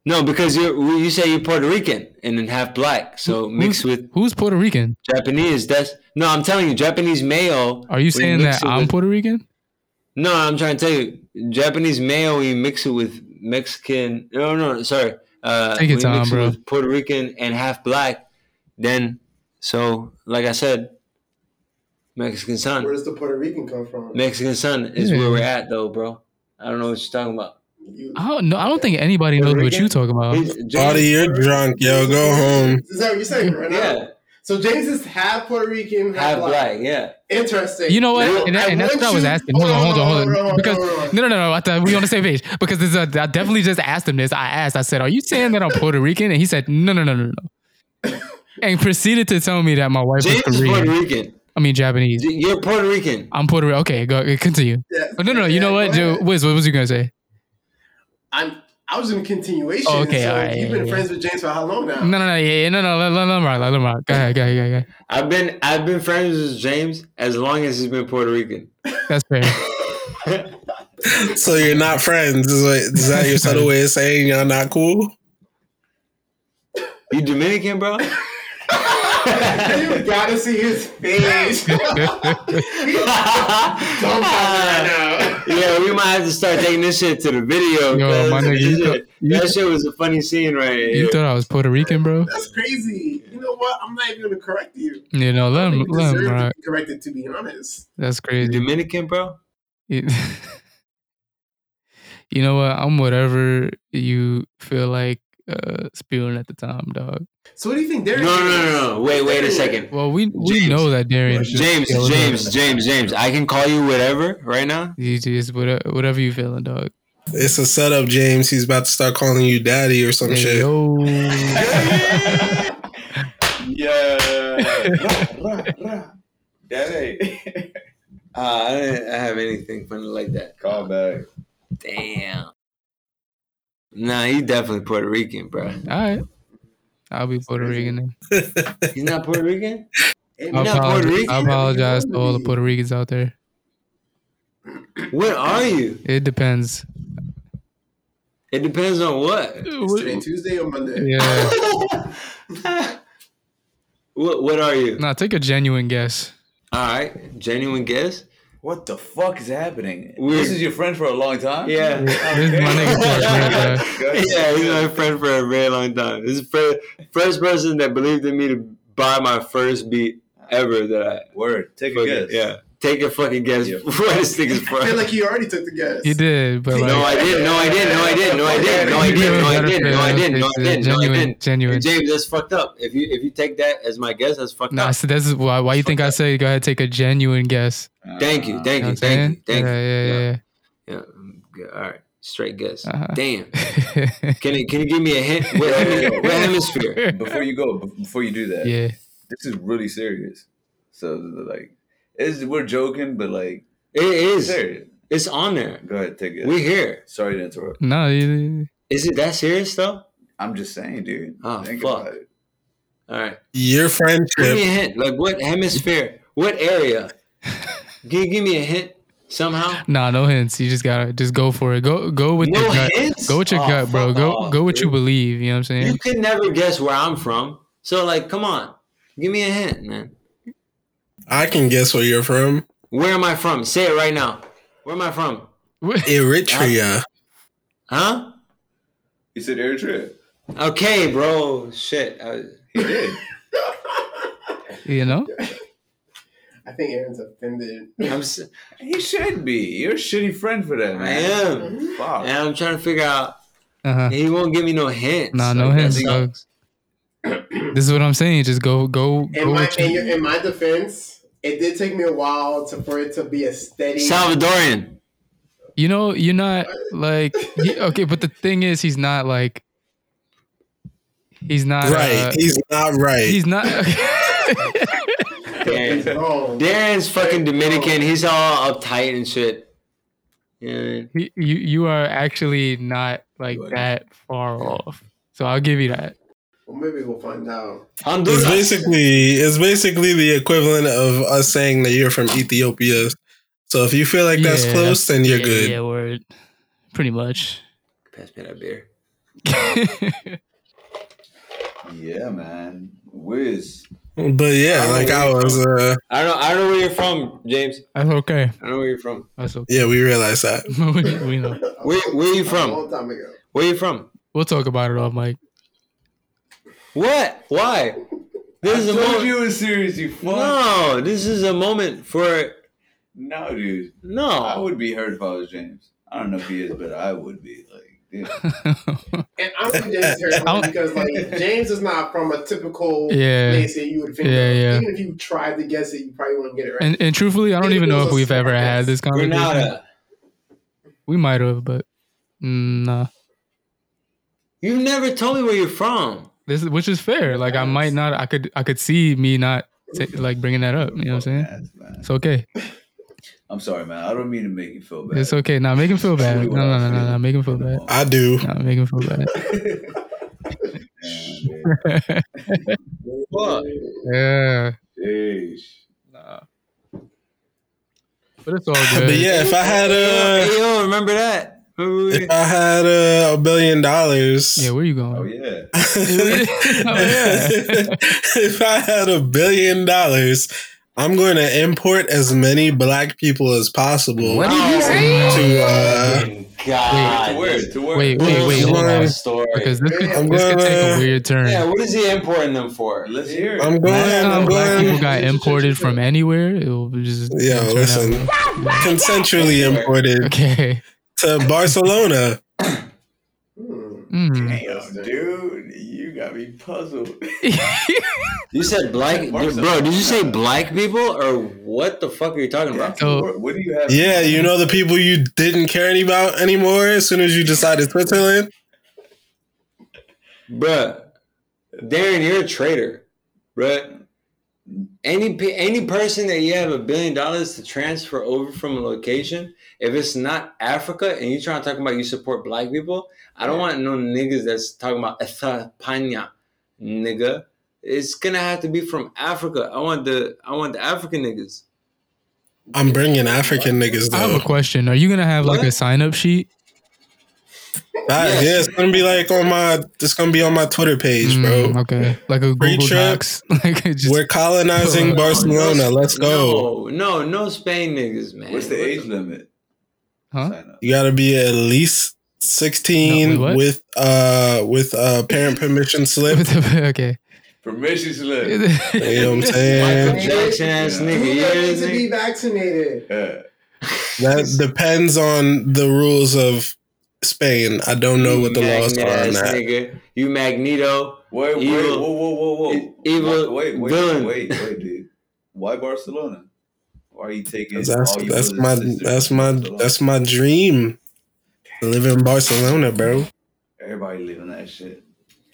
[SPEAKER 2] No, because you're you say you're Puerto Rican and then half black, so mixed with
[SPEAKER 1] Who's Puerto Rican?
[SPEAKER 2] Japanese. That's no, I'm telling you, Japanese mayo.
[SPEAKER 1] Are you
[SPEAKER 2] we
[SPEAKER 1] saying
[SPEAKER 2] mix
[SPEAKER 1] that
[SPEAKER 2] it
[SPEAKER 1] I'm
[SPEAKER 2] with-
[SPEAKER 1] Puerto Rican?
[SPEAKER 2] No, I'm trying to tell you, Japanese mayo. We mix it with Mexican. No, no, sorry. Uh,
[SPEAKER 1] Take your
[SPEAKER 2] we
[SPEAKER 1] time,
[SPEAKER 2] mix it
[SPEAKER 1] bro.
[SPEAKER 2] with Puerto Rican and half black. Then, so like I said, Mexican
[SPEAKER 3] Where
[SPEAKER 2] sun.
[SPEAKER 3] does the Puerto Rican come from?
[SPEAKER 2] Mexican sun is
[SPEAKER 1] Yeah.
[SPEAKER 2] where we're at, though, bro. I don't know what you're talking about.
[SPEAKER 3] You-
[SPEAKER 1] I don't know. I don't think anybody
[SPEAKER 2] Puerto
[SPEAKER 1] knows what you
[SPEAKER 2] Rican?
[SPEAKER 1] talking about.
[SPEAKER 2] He's- James-
[SPEAKER 4] Audie, you're drunk, yo. Go home.
[SPEAKER 3] Is that what you're saying right now?
[SPEAKER 2] yeah,
[SPEAKER 3] So James is half Puerto Rican, half,
[SPEAKER 2] half
[SPEAKER 3] black.
[SPEAKER 2] black. Yeah,
[SPEAKER 3] Interesting.
[SPEAKER 1] You know what? And,
[SPEAKER 3] I
[SPEAKER 1] that, and that's
[SPEAKER 3] want
[SPEAKER 1] what I was
[SPEAKER 3] you-
[SPEAKER 1] asking. Hold on, hold on, hold on. Because
[SPEAKER 3] hold on.
[SPEAKER 1] no, no, no, no. I thought we on the same page. Because this, is a, I definitely just asked him this. I asked. I said, "Are you saying that I'm Puerto Rican?" And he said, "No, no, no, no, no." And proceeded to tell me that my wife
[SPEAKER 2] James
[SPEAKER 1] is
[SPEAKER 2] is Puerto
[SPEAKER 1] Korean.
[SPEAKER 2] Rican.
[SPEAKER 1] I mean, Japanese.
[SPEAKER 2] You're Puerto Rican.
[SPEAKER 1] I'm Puerto Rican. Okay, go continue.
[SPEAKER 3] Yeah.
[SPEAKER 1] Oh, no, no, no. You
[SPEAKER 3] Yeah,
[SPEAKER 1] know what,
[SPEAKER 3] go
[SPEAKER 1] Joe?
[SPEAKER 3] ahead.
[SPEAKER 1] Wiz, what was you gonna say?
[SPEAKER 3] I'm. I was in continuation.
[SPEAKER 1] Oh, okay,
[SPEAKER 3] so
[SPEAKER 1] all right,
[SPEAKER 3] You've
[SPEAKER 1] yeah,
[SPEAKER 3] been
[SPEAKER 1] yeah.
[SPEAKER 3] friends with James for how long now?
[SPEAKER 1] No, no, no, yeah, yeah, no, no. Let, let, let him rock. Let him rock. Go ahead, go ahead, go ahead. go
[SPEAKER 2] I've been I've been friends with James as long as he's been Puerto Rican.
[SPEAKER 1] ahead. That's fair.
[SPEAKER 4] So you're not friends. Is, what, is that your subtle way of saying y'all not cool?
[SPEAKER 2] You Dominican, bro? (laughs)
[SPEAKER 3] (laughs) you gotta see his
[SPEAKER 1] (laughs)
[SPEAKER 3] face. Dumb right now.
[SPEAKER 2] Yeah, we might have to start taking this shit to the video.
[SPEAKER 1] Yo,
[SPEAKER 2] cuz
[SPEAKER 1] my nigga, you
[SPEAKER 2] this
[SPEAKER 1] thought-
[SPEAKER 2] shit-
[SPEAKER 1] you
[SPEAKER 2] that shit was a funny scene right
[SPEAKER 1] You
[SPEAKER 2] here.
[SPEAKER 1] thought I was Puerto Rican, bro?
[SPEAKER 3] That's crazy. You know what? I'm not even gonna correct you.
[SPEAKER 1] You know, let him,
[SPEAKER 3] You
[SPEAKER 1] let him
[SPEAKER 3] deserve to
[SPEAKER 1] rock.
[SPEAKER 3] be corrected, to be honest.
[SPEAKER 1] That's
[SPEAKER 2] You
[SPEAKER 1] crazy.
[SPEAKER 2] Dominican, bro?
[SPEAKER 1] you (laughs) you know what? I'm whatever you feel like uh, spewing at the time, dog.
[SPEAKER 3] So what do you think?
[SPEAKER 2] No,
[SPEAKER 3] Darius?
[SPEAKER 2] no, no, no. Wait, wait a second.
[SPEAKER 1] Well, we we
[SPEAKER 2] James.
[SPEAKER 1] know that Darian is just
[SPEAKER 2] James,
[SPEAKER 1] feeling
[SPEAKER 2] James,
[SPEAKER 1] up.
[SPEAKER 2] James, James. I can call you whatever right now.
[SPEAKER 1] You just whatever, whatever you feeling, dog.
[SPEAKER 4] It's a setup, James. He's about to start calling you daddy or some
[SPEAKER 1] Hey,
[SPEAKER 4] shit.
[SPEAKER 2] (laughs)
[SPEAKER 1] yo.
[SPEAKER 5] (laughs) Yeah. Daddy.
[SPEAKER 2] Uh, I didn't I have anything funny like that.
[SPEAKER 5] Call back.
[SPEAKER 2] Damn. Nah, he definitely Puerto Rican, (laughs) bro.
[SPEAKER 1] All right. I'll be Puerto Rican then.
[SPEAKER 2] He's not Puerto Rican?
[SPEAKER 3] Hey,
[SPEAKER 1] I
[SPEAKER 2] You're not Puerto
[SPEAKER 1] apologize,
[SPEAKER 2] Rican?
[SPEAKER 1] I apologize to all the Puerto Ricans out there.
[SPEAKER 2] What are you?
[SPEAKER 1] It depends.
[SPEAKER 2] It depends on what.
[SPEAKER 3] Is today Tuesday or Monday?
[SPEAKER 1] Yeah.
[SPEAKER 2] What what are you?
[SPEAKER 1] Nah, take a genuine guess.
[SPEAKER 2] All right, genuine guess.
[SPEAKER 5] What the fuck is happening?
[SPEAKER 2] We're-
[SPEAKER 5] This is your friend for a long time?
[SPEAKER 2] Yeah,
[SPEAKER 1] This is my nigga Puerto Rican.
[SPEAKER 2] yeah, he's my friend for a very long time. He's the first, first person that believed in me to buy my first beat ever. That I
[SPEAKER 5] Word. Take a
[SPEAKER 2] fucking-
[SPEAKER 5] guess.
[SPEAKER 2] yeah, take a fucking guess (laughs)
[SPEAKER 5] Yeah.
[SPEAKER 2] where this thing is from.
[SPEAKER 3] I feel like you already took the guess.
[SPEAKER 1] He did, but like,
[SPEAKER 2] (laughs) no, I didn't. No, I didn't. No, I didn't. No, I didn't. No, I didn't. No, I didn't. No, I didn't. No, I didn't. No, I
[SPEAKER 1] Genuine,
[SPEAKER 2] didn't.
[SPEAKER 1] genuine.
[SPEAKER 2] And James, that's fucked up. If you if you take that as my guess, that's fucked
[SPEAKER 1] Nah,
[SPEAKER 2] up.
[SPEAKER 1] so this is why why you think I say go ahead take a genuine guess.
[SPEAKER 2] Thank you,
[SPEAKER 1] You
[SPEAKER 2] thank you,
[SPEAKER 1] know what I'm saying?
[SPEAKER 2] thank you, thank
[SPEAKER 1] yeah,
[SPEAKER 2] you.
[SPEAKER 1] yeah, yeah,
[SPEAKER 2] Yeah, mm, good. all right, straight guess.
[SPEAKER 1] Uh-huh.
[SPEAKER 2] Damn.
[SPEAKER 1] yeah.
[SPEAKER 2] Can you can you give me a hint? What, hemi- what hemisphere?
[SPEAKER 5] Before you go, bef- before you do that,
[SPEAKER 1] yeah. (laughs)
[SPEAKER 5] this is really serious. So like, it's, we're joking, but like,
[SPEAKER 2] It is.
[SPEAKER 5] it's serious.
[SPEAKER 2] It's on there.
[SPEAKER 5] Go ahead, take it.
[SPEAKER 2] We here.
[SPEAKER 5] Sorry to interrupt.
[SPEAKER 1] No, you-
[SPEAKER 2] Is it that serious though?
[SPEAKER 5] I'm just saying, dude.
[SPEAKER 2] Oh,
[SPEAKER 5] Think
[SPEAKER 2] fuck.
[SPEAKER 5] about it.
[SPEAKER 2] All right.
[SPEAKER 4] Your
[SPEAKER 2] Give me a
[SPEAKER 4] friendship.
[SPEAKER 2] hint. Like what hemisphere? What
[SPEAKER 1] (laughs)
[SPEAKER 2] area? Can you give me a hint somehow?
[SPEAKER 1] nah, no hints. You just gotta just go for it. Go go with
[SPEAKER 2] No
[SPEAKER 1] your gut.
[SPEAKER 2] hints?
[SPEAKER 1] Go with your
[SPEAKER 2] Oh,
[SPEAKER 1] gut, bro.
[SPEAKER 2] fuck
[SPEAKER 1] Go
[SPEAKER 2] off,
[SPEAKER 1] go what you
[SPEAKER 2] dude.
[SPEAKER 1] believe. You know what I'm saying?
[SPEAKER 2] You can never guess where I'm from. So like, come on. Give me a hint, man.
[SPEAKER 4] I can guess where you're from.
[SPEAKER 2] Where am I from? Say it right now. Where am I from?
[SPEAKER 1] (laughs)
[SPEAKER 2] (laughs)
[SPEAKER 4] Eritrea.
[SPEAKER 2] Huh?
[SPEAKER 5] He said Eritrea.
[SPEAKER 2] Okay, bro. Shit. I,
[SPEAKER 5] He did.
[SPEAKER 1] you know?
[SPEAKER 3] I think Aaron's offended.
[SPEAKER 2] I'm, s-
[SPEAKER 5] he should be. You're a shitty friend for that,
[SPEAKER 2] I
[SPEAKER 5] man.
[SPEAKER 2] am.
[SPEAKER 5] Fuck.
[SPEAKER 2] And I'm trying to figure out.
[SPEAKER 1] Uh-huh.
[SPEAKER 2] He won't give me no hints.
[SPEAKER 1] Nah,
[SPEAKER 2] Like,
[SPEAKER 1] no
[SPEAKER 2] that
[SPEAKER 1] hints,
[SPEAKER 2] sucks.
[SPEAKER 1] dog. This is what I'm saying. Just go, go,
[SPEAKER 3] In
[SPEAKER 1] go.
[SPEAKER 3] my
[SPEAKER 1] with
[SPEAKER 3] in,
[SPEAKER 1] your-
[SPEAKER 3] your, in my defense, it did take me a while to for it to be a steady.
[SPEAKER 2] Salvadorian.
[SPEAKER 1] You know, you're not like
[SPEAKER 2] (laughs)
[SPEAKER 1] he- okay, but the thing is, he's not like he's not
[SPEAKER 4] right.
[SPEAKER 1] uh,
[SPEAKER 4] he's not right.
[SPEAKER 2] (laughs)
[SPEAKER 1] he's not. (laughs)
[SPEAKER 3] It's
[SPEAKER 2] Darren.
[SPEAKER 3] wrong.
[SPEAKER 2] Darren's fucking Dominican. He's all uptight and shit. Yeah.
[SPEAKER 1] you you are actually not like that far off. So I'll give you that.
[SPEAKER 3] Well, maybe we'll find out.
[SPEAKER 4] it's
[SPEAKER 2] Honduras.
[SPEAKER 4] basically it's basically the equivalent of us saying that you're from Ethiopia. So if you feel like that's
[SPEAKER 1] Yeah,
[SPEAKER 4] close, then you're
[SPEAKER 1] yeah,
[SPEAKER 4] good.
[SPEAKER 1] Yeah, word. Pretty (laughs) much.
[SPEAKER 2] Pass me that beer.
[SPEAKER 5] Yeah, man. Wiz.
[SPEAKER 4] But yeah, like I was, uh,
[SPEAKER 2] I don't. I don't know where you're from, James.
[SPEAKER 1] That's okay.
[SPEAKER 2] I don't know where you're from.
[SPEAKER 1] That's okay. (laughs)
[SPEAKER 4] yeah, we realized that.
[SPEAKER 1] we, we know.
[SPEAKER 2] Where Where you
[SPEAKER 3] A long
[SPEAKER 2] from?
[SPEAKER 3] time ago.
[SPEAKER 2] Where you from?
[SPEAKER 1] We'll talk about it off mic. (laughs)
[SPEAKER 2] What? Why? This is
[SPEAKER 5] I
[SPEAKER 2] a
[SPEAKER 5] told
[SPEAKER 2] moment.
[SPEAKER 5] you it was serious, you fuck.
[SPEAKER 2] No, this is a moment for
[SPEAKER 5] No, dude. I
[SPEAKER 2] no.
[SPEAKER 5] would be hurt if I was James. I don't know if he is, but I would be.
[SPEAKER 2] (laughs)
[SPEAKER 5] Like, dude.
[SPEAKER 3] And I'm from James (laughs)
[SPEAKER 1] I'm-
[SPEAKER 3] territory because (laughs) like James is not from a typical
[SPEAKER 1] Yeah.
[SPEAKER 3] place that you would think.
[SPEAKER 1] Yeah,
[SPEAKER 3] of.
[SPEAKER 1] yeah.
[SPEAKER 3] Even if you tried to guess it, you probably wouldn't get it right.
[SPEAKER 1] And and truthfully, I don't even know if we've ever had this conversation.
[SPEAKER 2] Granada.
[SPEAKER 1] We might have, but mm, nah.
[SPEAKER 2] You never told me where you're from.
[SPEAKER 1] This is, which is fair. Like I might not. I could. I could see me not ta- like bringing that up. You know what I'm saying?
[SPEAKER 5] That's bad.
[SPEAKER 1] It's okay.
[SPEAKER 5] I'm sorry, man. I don't mean to make you feel bad.
[SPEAKER 1] It's okay. Now make him feel bad. No, no, no, no, no. Make him feel bad.
[SPEAKER 4] I do.
[SPEAKER 1] No, make him feel bad.
[SPEAKER 2] What?
[SPEAKER 1] Yeah. Nah. But it's all good.
[SPEAKER 4] (laughs) But yeah, if I had
[SPEAKER 2] Hey,
[SPEAKER 4] uh,
[SPEAKER 2] yo, remember that? Remember
[SPEAKER 4] if
[SPEAKER 2] we-
[SPEAKER 4] I had uh, a billion dollars,
[SPEAKER 1] Yeah. Where you going?
[SPEAKER 5] Oh, yeah.
[SPEAKER 1] Oh, yeah.
[SPEAKER 4] (laughs) if I had a billion dollars, I'm going to import as many black people as possible
[SPEAKER 7] What did he say?
[SPEAKER 4] to uh,
[SPEAKER 2] God.
[SPEAKER 5] to where? To where?
[SPEAKER 1] Wait, wait, wait. Hold on.
[SPEAKER 2] Story.
[SPEAKER 1] Because this could,
[SPEAKER 4] I'm
[SPEAKER 1] this could take a
[SPEAKER 4] gonna-
[SPEAKER 1] weird turn.
[SPEAKER 2] Yeah, what is he importing them for?
[SPEAKER 5] Let's hear it.
[SPEAKER 4] I'm
[SPEAKER 1] Last
[SPEAKER 4] going.
[SPEAKER 1] time
[SPEAKER 4] I'm
[SPEAKER 1] black people
[SPEAKER 4] going.
[SPEAKER 1] got imported from anywhere, it will just
[SPEAKER 4] Yeah,
[SPEAKER 1] turn out-
[SPEAKER 4] listen. Consensually imported
[SPEAKER 1] Okay.
[SPEAKER 4] to Barcelona.
[SPEAKER 3] Hmm.
[SPEAKER 1] (laughs) Mm.
[SPEAKER 5] Damn, dude, you got me
[SPEAKER 4] (laughs)
[SPEAKER 5] puzzled.
[SPEAKER 2] You said black,
[SPEAKER 5] Mark's
[SPEAKER 2] bro.
[SPEAKER 5] up.
[SPEAKER 2] Did you say black people or what the fuck are you talking about?
[SPEAKER 1] So
[SPEAKER 5] what, what do you have?
[SPEAKER 4] Yeah, you know the people you didn't care any about anymore as soon as you decided Switzerland.
[SPEAKER 2] Bruh, Darren, you're a traitor, bruh. Any pe- any person that you have a billion dollars to transfer over from a location, if it's not Africa and you're trying to talk about you support black people, I don't want no niggas that's talking about España, nigga. It's gonna have to be from Africa. I want the I want the African niggas.
[SPEAKER 4] I'm bringing African niggas
[SPEAKER 1] I have a
[SPEAKER 4] though.
[SPEAKER 1] question. Are you gonna have like a
[SPEAKER 2] What?
[SPEAKER 1] sign up sheet? Oh,
[SPEAKER 4] That- yeah, it's gonna be like on my. It's gonna be on my Twitter page,
[SPEAKER 1] Mm,
[SPEAKER 4] bro.
[SPEAKER 1] okay, like a
[SPEAKER 4] Free
[SPEAKER 1] Google
[SPEAKER 4] trip.
[SPEAKER 1] Docs. (laughs) Like it just Oh,
[SPEAKER 4] We're colonizing
[SPEAKER 1] No,
[SPEAKER 4] Barcelona. Let's go.
[SPEAKER 2] Oh, No, no, no Spain niggas, man.
[SPEAKER 5] What's the
[SPEAKER 2] What
[SPEAKER 5] age limit?
[SPEAKER 1] huh?
[SPEAKER 5] Sign up.
[SPEAKER 4] You gotta be at least sixteen
[SPEAKER 1] No, wait, what?
[SPEAKER 4] with uh with uh parent
[SPEAKER 1] (laughs)
[SPEAKER 4] permission slip.
[SPEAKER 1] okay. (laughs)
[SPEAKER 5] Permission slip.
[SPEAKER 4] you know what I'm
[SPEAKER 2] Michael
[SPEAKER 4] saying?
[SPEAKER 2] Jackson ass nigga.
[SPEAKER 3] Do
[SPEAKER 5] Yeah.
[SPEAKER 3] they
[SPEAKER 2] You hear
[SPEAKER 3] need
[SPEAKER 2] this
[SPEAKER 3] to be
[SPEAKER 2] nigga?
[SPEAKER 3] vaccinated?
[SPEAKER 5] Yeah.
[SPEAKER 4] That depends on the rules of Spain. I don't know what the
[SPEAKER 2] You
[SPEAKER 4] laws are on
[SPEAKER 2] magnet-ass
[SPEAKER 4] that.
[SPEAKER 2] Nigga. You Magneto.
[SPEAKER 5] Wait, wait,
[SPEAKER 2] Evil-
[SPEAKER 5] whoa, whoa, whoa,
[SPEAKER 4] E-
[SPEAKER 5] whoa.
[SPEAKER 2] evil
[SPEAKER 5] wait, wait,
[SPEAKER 2] villain.
[SPEAKER 5] wait, wait, dude. Why Barcelona? Why are you taking
[SPEAKER 4] That's
[SPEAKER 5] all you
[SPEAKER 4] that's
[SPEAKER 5] brothers
[SPEAKER 4] my
[SPEAKER 5] and sisters
[SPEAKER 4] that's
[SPEAKER 5] from
[SPEAKER 4] my
[SPEAKER 5] Barcelona?
[SPEAKER 4] that's my dream. To live in Barcelona, bro.
[SPEAKER 5] everybody living that shit.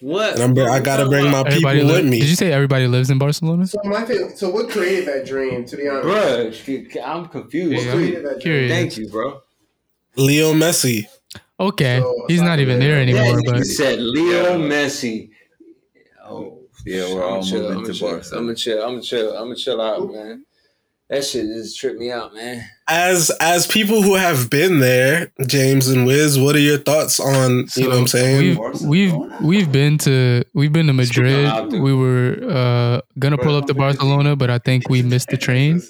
[SPEAKER 2] What?
[SPEAKER 4] And I'm, I gotta bring my people
[SPEAKER 1] Everybody
[SPEAKER 4] with
[SPEAKER 1] li- Did you
[SPEAKER 4] me.
[SPEAKER 1] say everybody lives in Barcelona?
[SPEAKER 3] So my thing, so what created that dream? To be honest,
[SPEAKER 2] Bruh, I'm confused.
[SPEAKER 1] Yeah,
[SPEAKER 3] what created that dream?
[SPEAKER 1] Curious.
[SPEAKER 2] Thank you, bro.
[SPEAKER 4] Leo Messi.
[SPEAKER 1] Okay,
[SPEAKER 3] So,
[SPEAKER 1] he's not even there
[SPEAKER 2] That
[SPEAKER 1] anymore.
[SPEAKER 2] nigga
[SPEAKER 1] But
[SPEAKER 2] said Leo Messi. Oh,
[SPEAKER 5] Yeah, we're
[SPEAKER 2] I'm
[SPEAKER 5] all
[SPEAKER 2] chill,
[SPEAKER 5] moving
[SPEAKER 2] I'm
[SPEAKER 5] to
[SPEAKER 2] chill, I'm
[SPEAKER 5] Barcelona.
[SPEAKER 2] gonna chill. I'm gonna chill. I'm gonna chill out, man. That shit just tripped me out, man.
[SPEAKER 4] As as people who have been there, James and Wiz, what are your thoughts on you know what I'm
[SPEAKER 1] So,
[SPEAKER 4] saying?
[SPEAKER 1] We've, we've we've been to we've been to Madrid.
[SPEAKER 2] out, dude.
[SPEAKER 1] We were uh, gonna pull up to Barcelona, but I think we missed the train.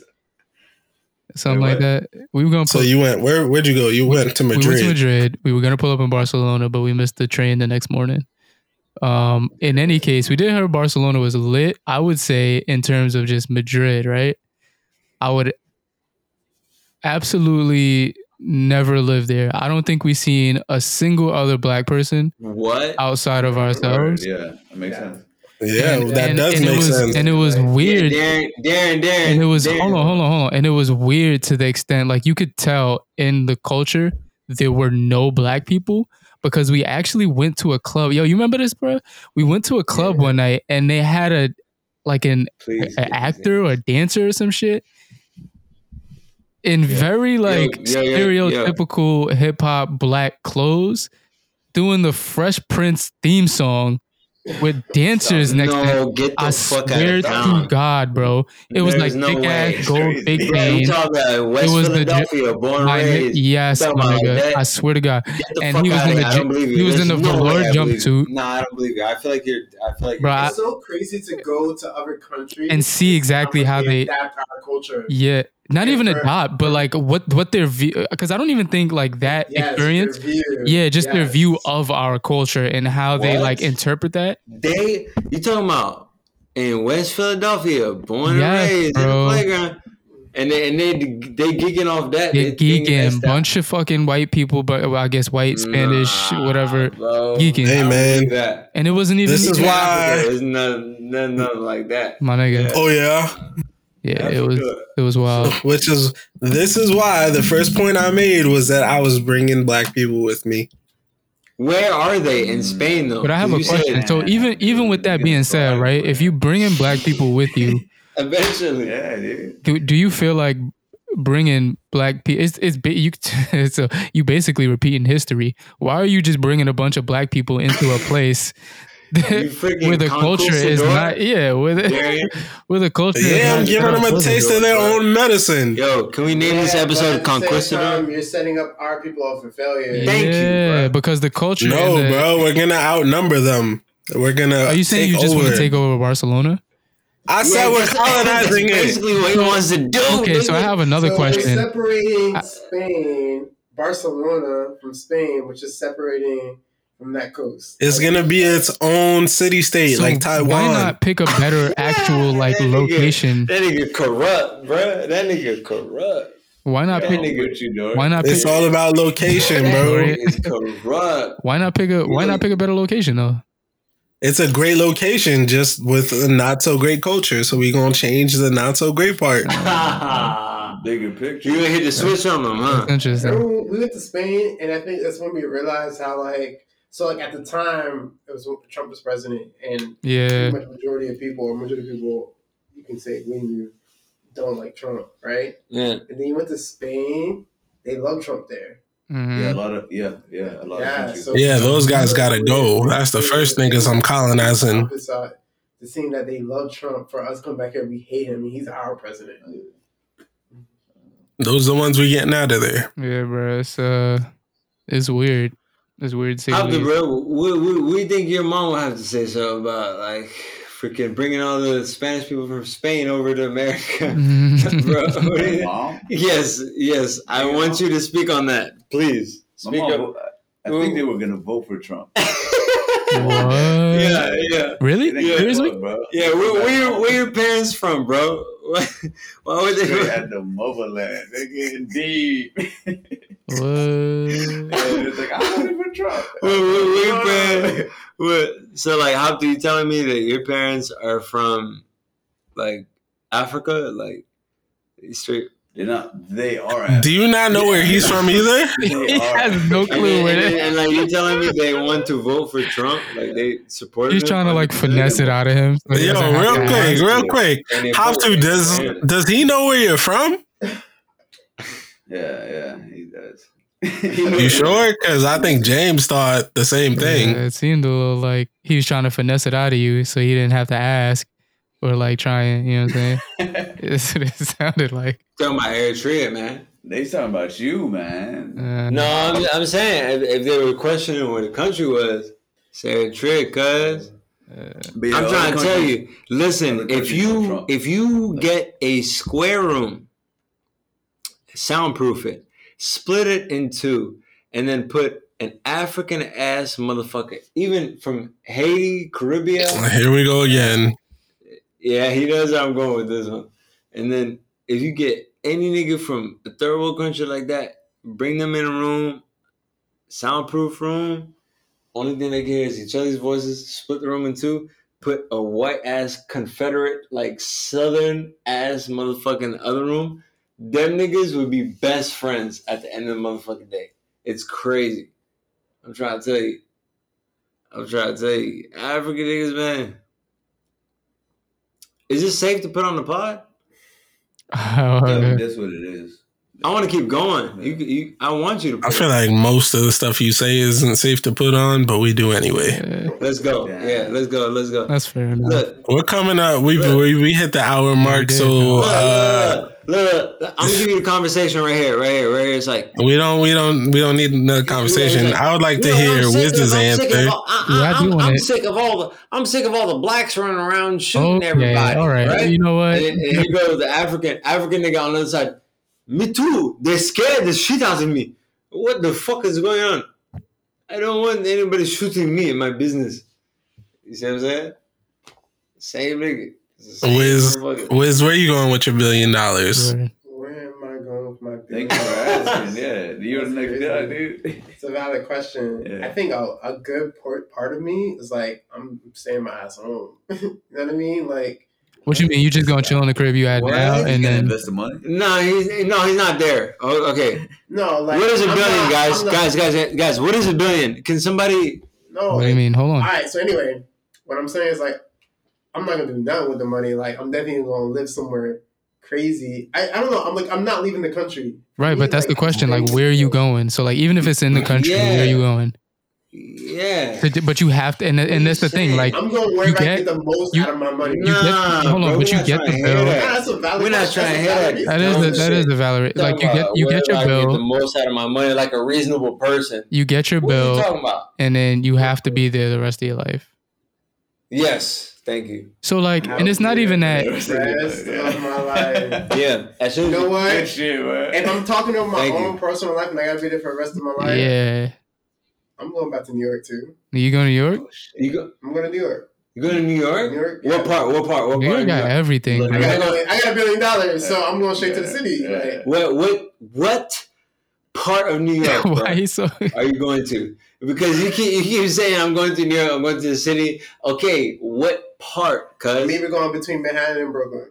[SPEAKER 1] something
[SPEAKER 5] Wait,
[SPEAKER 1] like that. We were gonna
[SPEAKER 4] So
[SPEAKER 1] pull-
[SPEAKER 4] you went where? Where'd you go? You went to Madrid.
[SPEAKER 1] We went to Madrid. We were gonna pull up in Barcelona, but we missed the train the next morning. Um, in any case, we did hear Barcelona was lit. I would say in terms of just Madrid, right? I would absolutely never live there. I don't think we've seen a single other black person
[SPEAKER 5] What?
[SPEAKER 1] outside of ourselves.
[SPEAKER 5] Yeah, that makes sense.
[SPEAKER 4] Yeah,
[SPEAKER 1] And-
[SPEAKER 4] that
[SPEAKER 1] and-
[SPEAKER 4] does
[SPEAKER 1] and it
[SPEAKER 4] make
[SPEAKER 1] was-
[SPEAKER 4] sense.
[SPEAKER 1] And it was weird
[SPEAKER 2] Darren, Darren, Darren.
[SPEAKER 1] and it was
[SPEAKER 2] Darren.
[SPEAKER 1] hold on, hold on, hold on, and it was weird to the extent like you could tell in the culture there were no black people because we actually went to a club. Yo, you remember this, bro? We went to a club one night and they had a like an,
[SPEAKER 5] Please.
[SPEAKER 1] an actor or a dancer or some shit. In very like
[SPEAKER 2] yo, yo, yo.
[SPEAKER 1] stereotypical hip hop black clothes, doing the Fresh Prince theme song with dancers next to him.
[SPEAKER 2] No, get the
[SPEAKER 1] I
[SPEAKER 2] fuck out
[SPEAKER 1] swear
[SPEAKER 2] of
[SPEAKER 1] to
[SPEAKER 2] town.
[SPEAKER 1] God, bro. It was
[SPEAKER 2] There's
[SPEAKER 1] like
[SPEAKER 2] no
[SPEAKER 1] big
[SPEAKER 2] way. (laughs)
[SPEAKER 1] ass gold
[SPEAKER 5] Crazy.
[SPEAKER 1] big
[SPEAKER 2] Yeah, you
[SPEAKER 1] chain.
[SPEAKER 2] talking about West
[SPEAKER 1] It was the-
[SPEAKER 2] Philadelphia, born
[SPEAKER 1] My
[SPEAKER 2] and
[SPEAKER 1] ni-
[SPEAKER 2] raised.
[SPEAKER 1] yes,
[SPEAKER 2] Something
[SPEAKER 1] my
[SPEAKER 2] like
[SPEAKER 1] nigga.
[SPEAKER 2] that.
[SPEAKER 1] I swear to God,
[SPEAKER 2] Get the
[SPEAKER 1] and
[SPEAKER 2] fuck
[SPEAKER 1] he was
[SPEAKER 2] out
[SPEAKER 1] in
[SPEAKER 2] of
[SPEAKER 1] the
[SPEAKER 2] here. I don't
[SPEAKER 1] ju-
[SPEAKER 2] believe you.
[SPEAKER 1] he was
[SPEAKER 2] There's
[SPEAKER 1] in the
[SPEAKER 2] no way
[SPEAKER 1] velour
[SPEAKER 2] I believe you.
[SPEAKER 1] jumpsuit.
[SPEAKER 5] Nah, I don't believe you. I feel like you're. I feel like
[SPEAKER 1] Bro,
[SPEAKER 5] you're
[SPEAKER 1] I-
[SPEAKER 3] It's so crazy to go to other countries
[SPEAKER 1] and see exactly how they.
[SPEAKER 3] adapt our culture.
[SPEAKER 1] Yeah, not
[SPEAKER 3] Yeah,
[SPEAKER 1] even
[SPEAKER 3] for-
[SPEAKER 1] a dot, but like what what their view because I don't even think like that
[SPEAKER 3] Yes,
[SPEAKER 1] experience.
[SPEAKER 3] their view.
[SPEAKER 1] Yeah, just their
[SPEAKER 3] Yes.
[SPEAKER 1] view of our culture and how they
[SPEAKER 5] What?
[SPEAKER 1] like interpret that.
[SPEAKER 2] They, you talking about in West Philadelphia, born
[SPEAKER 1] Yes,
[SPEAKER 2] and raised in
[SPEAKER 1] bro.
[SPEAKER 2] the playground, and they and they they geeking off that.
[SPEAKER 1] They're
[SPEAKER 2] thinking that's
[SPEAKER 1] geeking,
[SPEAKER 2] that.
[SPEAKER 1] bunch of fucking white people, but well, I guess white, Spanish,
[SPEAKER 2] Nah,
[SPEAKER 1] whatever,
[SPEAKER 2] bro.
[SPEAKER 1] geeking,
[SPEAKER 4] Hey man,
[SPEAKER 2] Look at That.
[SPEAKER 1] and it wasn't even.
[SPEAKER 4] This is
[SPEAKER 2] (laughs) Yeah,
[SPEAKER 4] why-
[SPEAKER 2] There's nothing, nothing, nothing like that.
[SPEAKER 1] my nigga.
[SPEAKER 4] oh yeah.
[SPEAKER 1] Yeah,
[SPEAKER 5] That's
[SPEAKER 1] it was
[SPEAKER 5] good.
[SPEAKER 1] it was wild.
[SPEAKER 4] Which is this is why the first point I made was that I was bringing black people with me.
[SPEAKER 2] Where are they in Spain though?
[SPEAKER 1] But I have a
[SPEAKER 2] You said-
[SPEAKER 1] question. So even even with that
[SPEAKER 5] Yeah,
[SPEAKER 1] being
[SPEAKER 5] that's
[SPEAKER 1] said,
[SPEAKER 5] right.
[SPEAKER 1] right, if you bring in black people with you,
[SPEAKER 2] Eventually,
[SPEAKER 5] Yeah, dude.
[SPEAKER 1] do do you feel like bringing black people? It's it's ba- you. (laughs) It's a, you basically repeating history. Why are you just bringing a bunch of black people into a place (laughs)
[SPEAKER 2] You
[SPEAKER 1] that,
[SPEAKER 2] freaking
[SPEAKER 1] where the culture is
[SPEAKER 2] conquistador.
[SPEAKER 1] not? Yeah, where the,
[SPEAKER 2] Darren.
[SPEAKER 1] (laughs) where the culture. is
[SPEAKER 4] Yeah, I'm
[SPEAKER 1] not
[SPEAKER 4] giving
[SPEAKER 1] set up
[SPEAKER 4] them a
[SPEAKER 1] with
[SPEAKER 4] taste of their own medicine.
[SPEAKER 2] Yo, can we name this
[SPEAKER 3] Yeah, but
[SPEAKER 2] episode
[SPEAKER 3] at the same
[SPEAKER 2] Conquistador?
[SPEAKER 3] time, You're setting up our people up for failure.
[SPEAKER 1] it.
[SPEAKER 2] Thank you,
[SPEAKER 1] yeah,
[SPEAKER 2] bro.
[SPEAKER 1] because the culture.
[SPEAKER 4] No,
[SPEAKER 1] and the-
[SPEAKER 4] bro, we're gonna outnumber them. We're gonna.
[SPEAKER 1] Are you saying
[SPEAKER 4] take
[SPEAKER 1] you just
[SPEAKER 4] over.
[SPEAKER 1] want to take over Barcelona?
[SPEAKER 4] I said we're
[SPEAKER 2] that's-
[SPEAKER 4] (laughs) colonizing
[SPEAKER 2] that's
[SPEAKER 4] it.
[SPEAKER 2] Basically, what he wants to do.
[SPEAKER 1] Okay, so I have another
[SPEAKER 3] so
[SPEAKER 1] question.
[SPEAKER 3] We're separating
[SPEAKER 1] I-
[SPEAKER 3] Spain, Barcelona from Spain, which is separating from that coast.
[SPEAKER 4] It's
[SPEAKER 3] Like,
[SPEAKER 4] gonna be its own city state, like Taiwan.
[SPEAKER 1] Why not pick a
[SPEAKER 4] (laughs)
[SPEAKER 1] better actual like
[SPEAKER 2] That nigga-
[SPEAKER 1] location?
[SPEAKER 2] That nigga corrupt, bruh. That nigga corrupt.
[SPEAKER 1] Why not
[SPEAKER 5] That
[SPEAKER 1] pick?
[SPEAKER 5] nigga, what you doing?
[SPEAKER 1] Why not pick?
[SPEAKER 4] It's all about location, bro.
[SPEAKER 1] Right.
[SPEAKER 2] It's corrupt. (laughs)
[SPEAKER 1] Why not pick a? Why not pick a better location though?
[SPEAKER 4] It's a great location, just with a not so great culture. So we gonna change the not so great part.
[SPEAKER 5] Bigger picture.
[SPEAKER 2] you gonna hit the switch on him, huh?
[SPEAKER 1] That's interesting.
[SPEAKER 3] remember when we went to Spain, and I think that's when we realized how like so like at the time it was when Trump was president, and
[SPEAKER 1] Yeah,
[SPEAKER 3] pretty much majority of people, or majority of people, you can say when you don't like Trump, right?
[SPEAKER 2] Yeah.
[SPEAKER 3] And then you went to Spain, they love Trump there.
[SPEAKER 5] Yeah,
[SPEAKER 1] Mhm.
[SPEAKER 5] a lot of yeah, yeah, a lot
[SPEAKER 3] Yeah,
[SPEAKER 5] of countries. (laughs)
[SPEAKER 3] so-
[SPEAKER 4] Yeah, those guys gotta go. That's the first niggas I'm colonizing.
[SPEAKER 3] It's, uh, the scene that they love Trump for us coming back here, we hate him. He's our president.
[SPEAKER 4] Those are the ones we getting out of there.
[SPEAKER 1] yeah, bro. It's uh, it's weird. It's weird. to say the
[SPEAKER 2] I'll be
[SPEAKER 1] least.
[SPEAKER 2] real. We, we, we think your mom will have to say something about like freaking bringing all the Spanish people from Spain over to America, (laughs)
[SPEAKER 1] Mhm. (laughs)
[SPEAKER 2] bro. what do you-
[SPEAKER 5] Mom,
[SPEAKER 2] yes, yes. I want you to speak on that, please.
[SPEAKER 5] my
[SPEAKER 2] Speak
[SPEAKER 5] mom,
[SPEAKER 2] up.
[SPEAKER 5] vo- I think they were gonna vote for Trump.
[SPEAKER 4] (laughs)
[SPEAKER 1] what?
[SPEAKER 2] (laughs) Yeah, yeah,
[SPEAKER 1] Really?
[SPEAKER 5] It ain't
[SPEAKER 1] Seriously?
[SPEAKER 5] gonna work, bro.
[SPEAKER 2] yeah. Where, where, your- where your parents from, bro? (laughs) Why would they?
[SPEAKER 5] Straight at the motherland. They getting (laughs) deep.
[SPEAKER 1] What? (laughs)
[SPEAKER 5] it's like I voted for Trump.
[SPEAKER 2] (laughs) Wait, wait, wait, man. (laughs) What? So like, how do you telling me that your parents are from, like, Africa? Like, straight.
[SPEAKER 5] They're not.
[SPEAKER 2] (laughs)
[SPEAKER 5] They are.
[SPEAKER 4] Do you not know where he's from either?
[SPEAKER 1] He has no
[SPEAKER 2] And, then-
[SPEAKER 1] clue where
[SPEAKER 2] and,
[SPEAKER 1] it
[SPEAKER 2] then-
[SPEAKER 1] is.
[SPEAKER 2] and, like you telling me they want to vote for Trump? Like they supported.
[SPEAKER 1] He's trying to like finesse it out of him. so he doesn't
[SPEAKER 4] Yo,
[SPEAKER 1] have
[SPEAKER 4] real
[SPEAKER 1] to
[SPEAKER 4] quick,
[SPEAKER 1] ask.
[SPEAKER 4] real quick. How to does does he know where you're from?
[SPEAKER 5] Yeah, yeah, he does. (laughs)
[SPEAKER 4] You sure? Because I think James thought the same
[SPEAKER 1] Yeah,
[SPEAKER 4] thing.
[SPEAKER 1] it seemed a little like he was trying to finesse it out of you so he didn't have to ask or like try and, you know what I'm saying? (laughs) That's what it (laughs) sounded like.
[SPEAKER 2] Talking about Eritrea, man.
[SPEAKER 5] they talking about you, man.
[SPEAKER 1] Uh, (laughs)
[SPEAKER 2] No, I'm, I'm saying if, if they were questioning where the country was, say Eritrea, cuz. I'm trying to tell you. Listen,
[SPEAKER 5] Other
[SPEAKER 2] if
[SPEAKER 5] countries are
[SPEAKER 2] you
[SPEAKER 5] Trump.
[SPEAKER 2] if you get a square room soundproof it, split it in two, and then put an African ass motherfucker, even from Haiti, Caribbean. (laughs)
[SPEAKER 4] Here we go again.
[SPEAKER 2] Yeah, he knows where I'm going with this one. And then if you get any nigga from a third world country like that, bring them in a room, soundproof room. Only thing they can hear is each other's voices. Split the room in two. Put a white ass Confederate, like Southern ass motherfucker in the other room. Them niggas would be best friends at the end of the motherfucking day. It's crazy. I'm trying to tell you. I'm trying to tell you. African niggas, man. Is it safe to put on the pod?
[SPEAKER 5] Yeah,
[SPEAKER 1] Oh,
[SPEAKER 5] that's what it is.
[SPEAKER 2] I want to keep going. You, you, I want you to. Put
[SPEAKER 4] I feel like most of the stuff you say isn't safe to put on, but we do anyway.
[SPEAKER 1] yeah.
[SPEAKER 2] Let's go. Yeah, let's go. Let's go.
[SPEAKER 1] That's fair enough.
[SPEAKER 2] Look,
[SPEAKER 4] We're coming up. We we, we hit the hour mark,
[SPEAKER 1] did.
[SPEAKER 4] so
[SPEAKER 2] Look,
[SPEAKER 4] uh,
[SPEAKER 2] look, look, look. I'm gonna give you the conversation right here, right here, right here. It's like
[SPEAKER 4] we don't we don't we don't need another conversation. I would like to
[SPEAKER 2] you know,
[SPEAKER 4] hear
[SPEAKER 2] I'm sick of-
[SPEAKER 4] Wiz's
[SPEAKER 2] I'm sick
[SPEAKER 4] answer.
[SPEAKER 2] of all- I- I-
[SPEAKER 1] Yeah, I do
[SPEAKER 2] I'm-
[SPEAKER 1] want
[SPEAKER 2] I'm
[SPEAKER 1] it.
[SPEAKER 2] sick of all the I'm sick of all the blacks running around shooting
[SPEAKER 1] Okay,
[SPEAKER 2] everybody.
[SPEAKER 1] all right. You know what?
[SPEAKER 2] And, and here goes the African African nigga on the other side. Me too. They scared the shit out of me. What the fuck is going on? I don't want anybody shooting me in my business. You see what I'm saying? Same nigga. Same
[SPEAKER 4] Wiz,
[SPEAKER 2] motherfucker.
[SPEAKER 4] Wiz, where you going with your billion dollars?
[SPEAKER 1] Word.
[SPEAKER 3] Where am I going with my
[SPEAKER 5] Thank you for asking. Yeah, you're the next guy, dude.
[SPEAKER 3] (laughs) It's a valid question.
[SPEAKER 5] Yeah.
[SPEAKER 3] I think a, a good part part of me is like I'm staying my ass home. (laughs) you know what I mean? Like
[SPEAKER 1] What you mean? You just gonna chill in the crib you had
[SPEAKER 2] What?
[SPEAKER 1] now, and
[SPEAKER 5] You gonna
[SPEAKER 1] then
[SPEAKER 5] invest the money.
[SPEAKER 2] No, he's no, he's not there. Oh, okay.
[SPEAKER 3] no, like
[SPEAKER 2] what is a
[SPEAKER 3] I'm
[SPEAKER 2] billion,
[SPEAKER 3] not-
[SPEAKER 2] guys?
[SPEAKER 3] I'm not-
[SPEAKER 2] Guys, guys, guys. What is a billion? Can somebody?
[SPEAKER 3] No,
[SPEAKER 1] what do you mean? Hold
[SPEAKER 3] All
[SPEAKER 1] on.
[SPEAKER 3] right. So anyway, what I'm saying is like, I'm not gonna do nothing with the money. Like, I'm definitely gonna live somewhere crazy. I, I don't know. I'm like, I'm not leaving the country.
[SPEAKER 1] Right, but that's the
[SPEAKER 3] like,
[SPEAKER 1] question. Like,
[SPEAKER 3] crazy.
[SPEAKER 1] where are you going? So, like, even if it's in the country, where
[SPEAKER 2] Yeah.
[SPEAKER 1] are you going?
[SPEAKER 2] Yeah.
[SPEAKER 1] But- But you have to, and, and that's the thing. Like,
[SPEAKER 3] I'm going where
[SPEAKER 1] You
[SPEAKER 3] I can
[SPEAKER 1] get-
[SPEAKER 3] get the most
[SPEAKER 1] you-
[SPEAKER 3] out of my money.
[SPEAKER 1] you get- hold
[SPEAKER 2] bro,
[SPEAKER 1] on, but
[SPEAKER 2] we're
[SPEAKER 1] you
[SPEAKER 2] not
[SPEAKER 1] get
[SPEAKER 2] trying
[SPEAKER 1] the
[SPEAKER 2] to hear
[SPEAKER 1] bill.
[SPEAKER 3] Nah,
[SPEAKER 2] that.
[SPEAKER 3] that's a valid
[SPEAKER 2] We're not
[SPEAKER 3] question.
[SPEAKER 2] trying to
[SPEAKER 3] That's a
[SPEAKER 2] hear
[SPEAKER 3] valid
[SPEAKER 2] that.
[SPEAKER 1] that is
[SPEAKER 2] dumb
[SPEAKER 1] the, that
[SPEAKER 2] shit.
[SPEAKER 1] is the Valerie. Like,
[SPEAKER 2] Talking
[SPEAKER 1] you get
[SPEAKER 2] about
[SPEAKER 1] you get
[SPEAKER 2] where
[SPEAKER 1] your
[SPEAKER 2] I Get the
[SPEAKER 1] bill,
[SPEAKER 2] most out of my money, like a reasonable person.
[SPEAKER 1] you get your
[SPEAKER 2] What are you
[SPEAKER 1] bill,
[SPEAKER 2] talking about?
[SPEAKER 1] and then you have to be there the rest of your life.
[SPEAKER 2] Yes. Thank you.
[SPEAKER 1] So, like, and it's not even that.
[SPEAKER 3] Rest of my life.
[SPEAKER 5] (laughs)
[SPEAKER 2] Yeah. I should.
[SPEAKER 3] You know
[SPEAKER 5] Good
[SPEAKER 3] what?
[SPEAKER 5] shit,
[SPEAKER 3] If
[SPEAKER 5] man.
[SPEAKER 3] I'm talking about my
[SPEAKER 2] Thank
[SPEAKER 3] own
[SPEAKER 2] you.
[SPEAKER 3] personal life and I gotta be there for the rest of my life,
[SPEAKER 1] Yeah,
[SPEAKER 3] I'm going back to New York too.
[SPEAKER 1] you go to New York.
[SPEAKER 2] You go.
[SPEAKER 3] I'm going to New York.
[SPEAKER 2] You going to New York?
[SPEAKER 3] New York, yeah.
[SPEAKER 2] What part? What part? What
[SPEAKER 1] New
[SPEAKER 2] part?
[SPEAKER 1] York
[SPEAKER 2] of
[SPEAKER 1] got everything.
[SPEAKER 2] Look,
[SPEAKER 1] (laughs) bro.
[SPEAKER 3] I got,
[SPEAKER 2] Yeah.
[SPEAKER 3] a billion- I got a billion dollars, so I'm going straight to the city.
[SPEAKER 5] Yeah.
[SPEAKER 3] Like,
[SPEAKER 2] What? What? What part of New (laughs) York? bro?
[SPEAKER 1] Why he's so? (laughs)
[SPEAKER 2] are you going to? Because you keep, you keep saying I'm going to New York, I'm going to the city. Okay, what part?
[SPEAKER 3] I
[SPEAKER 2] Cause
[SPEAKER 3] mean, we're going between Manhattan and Brooklyn.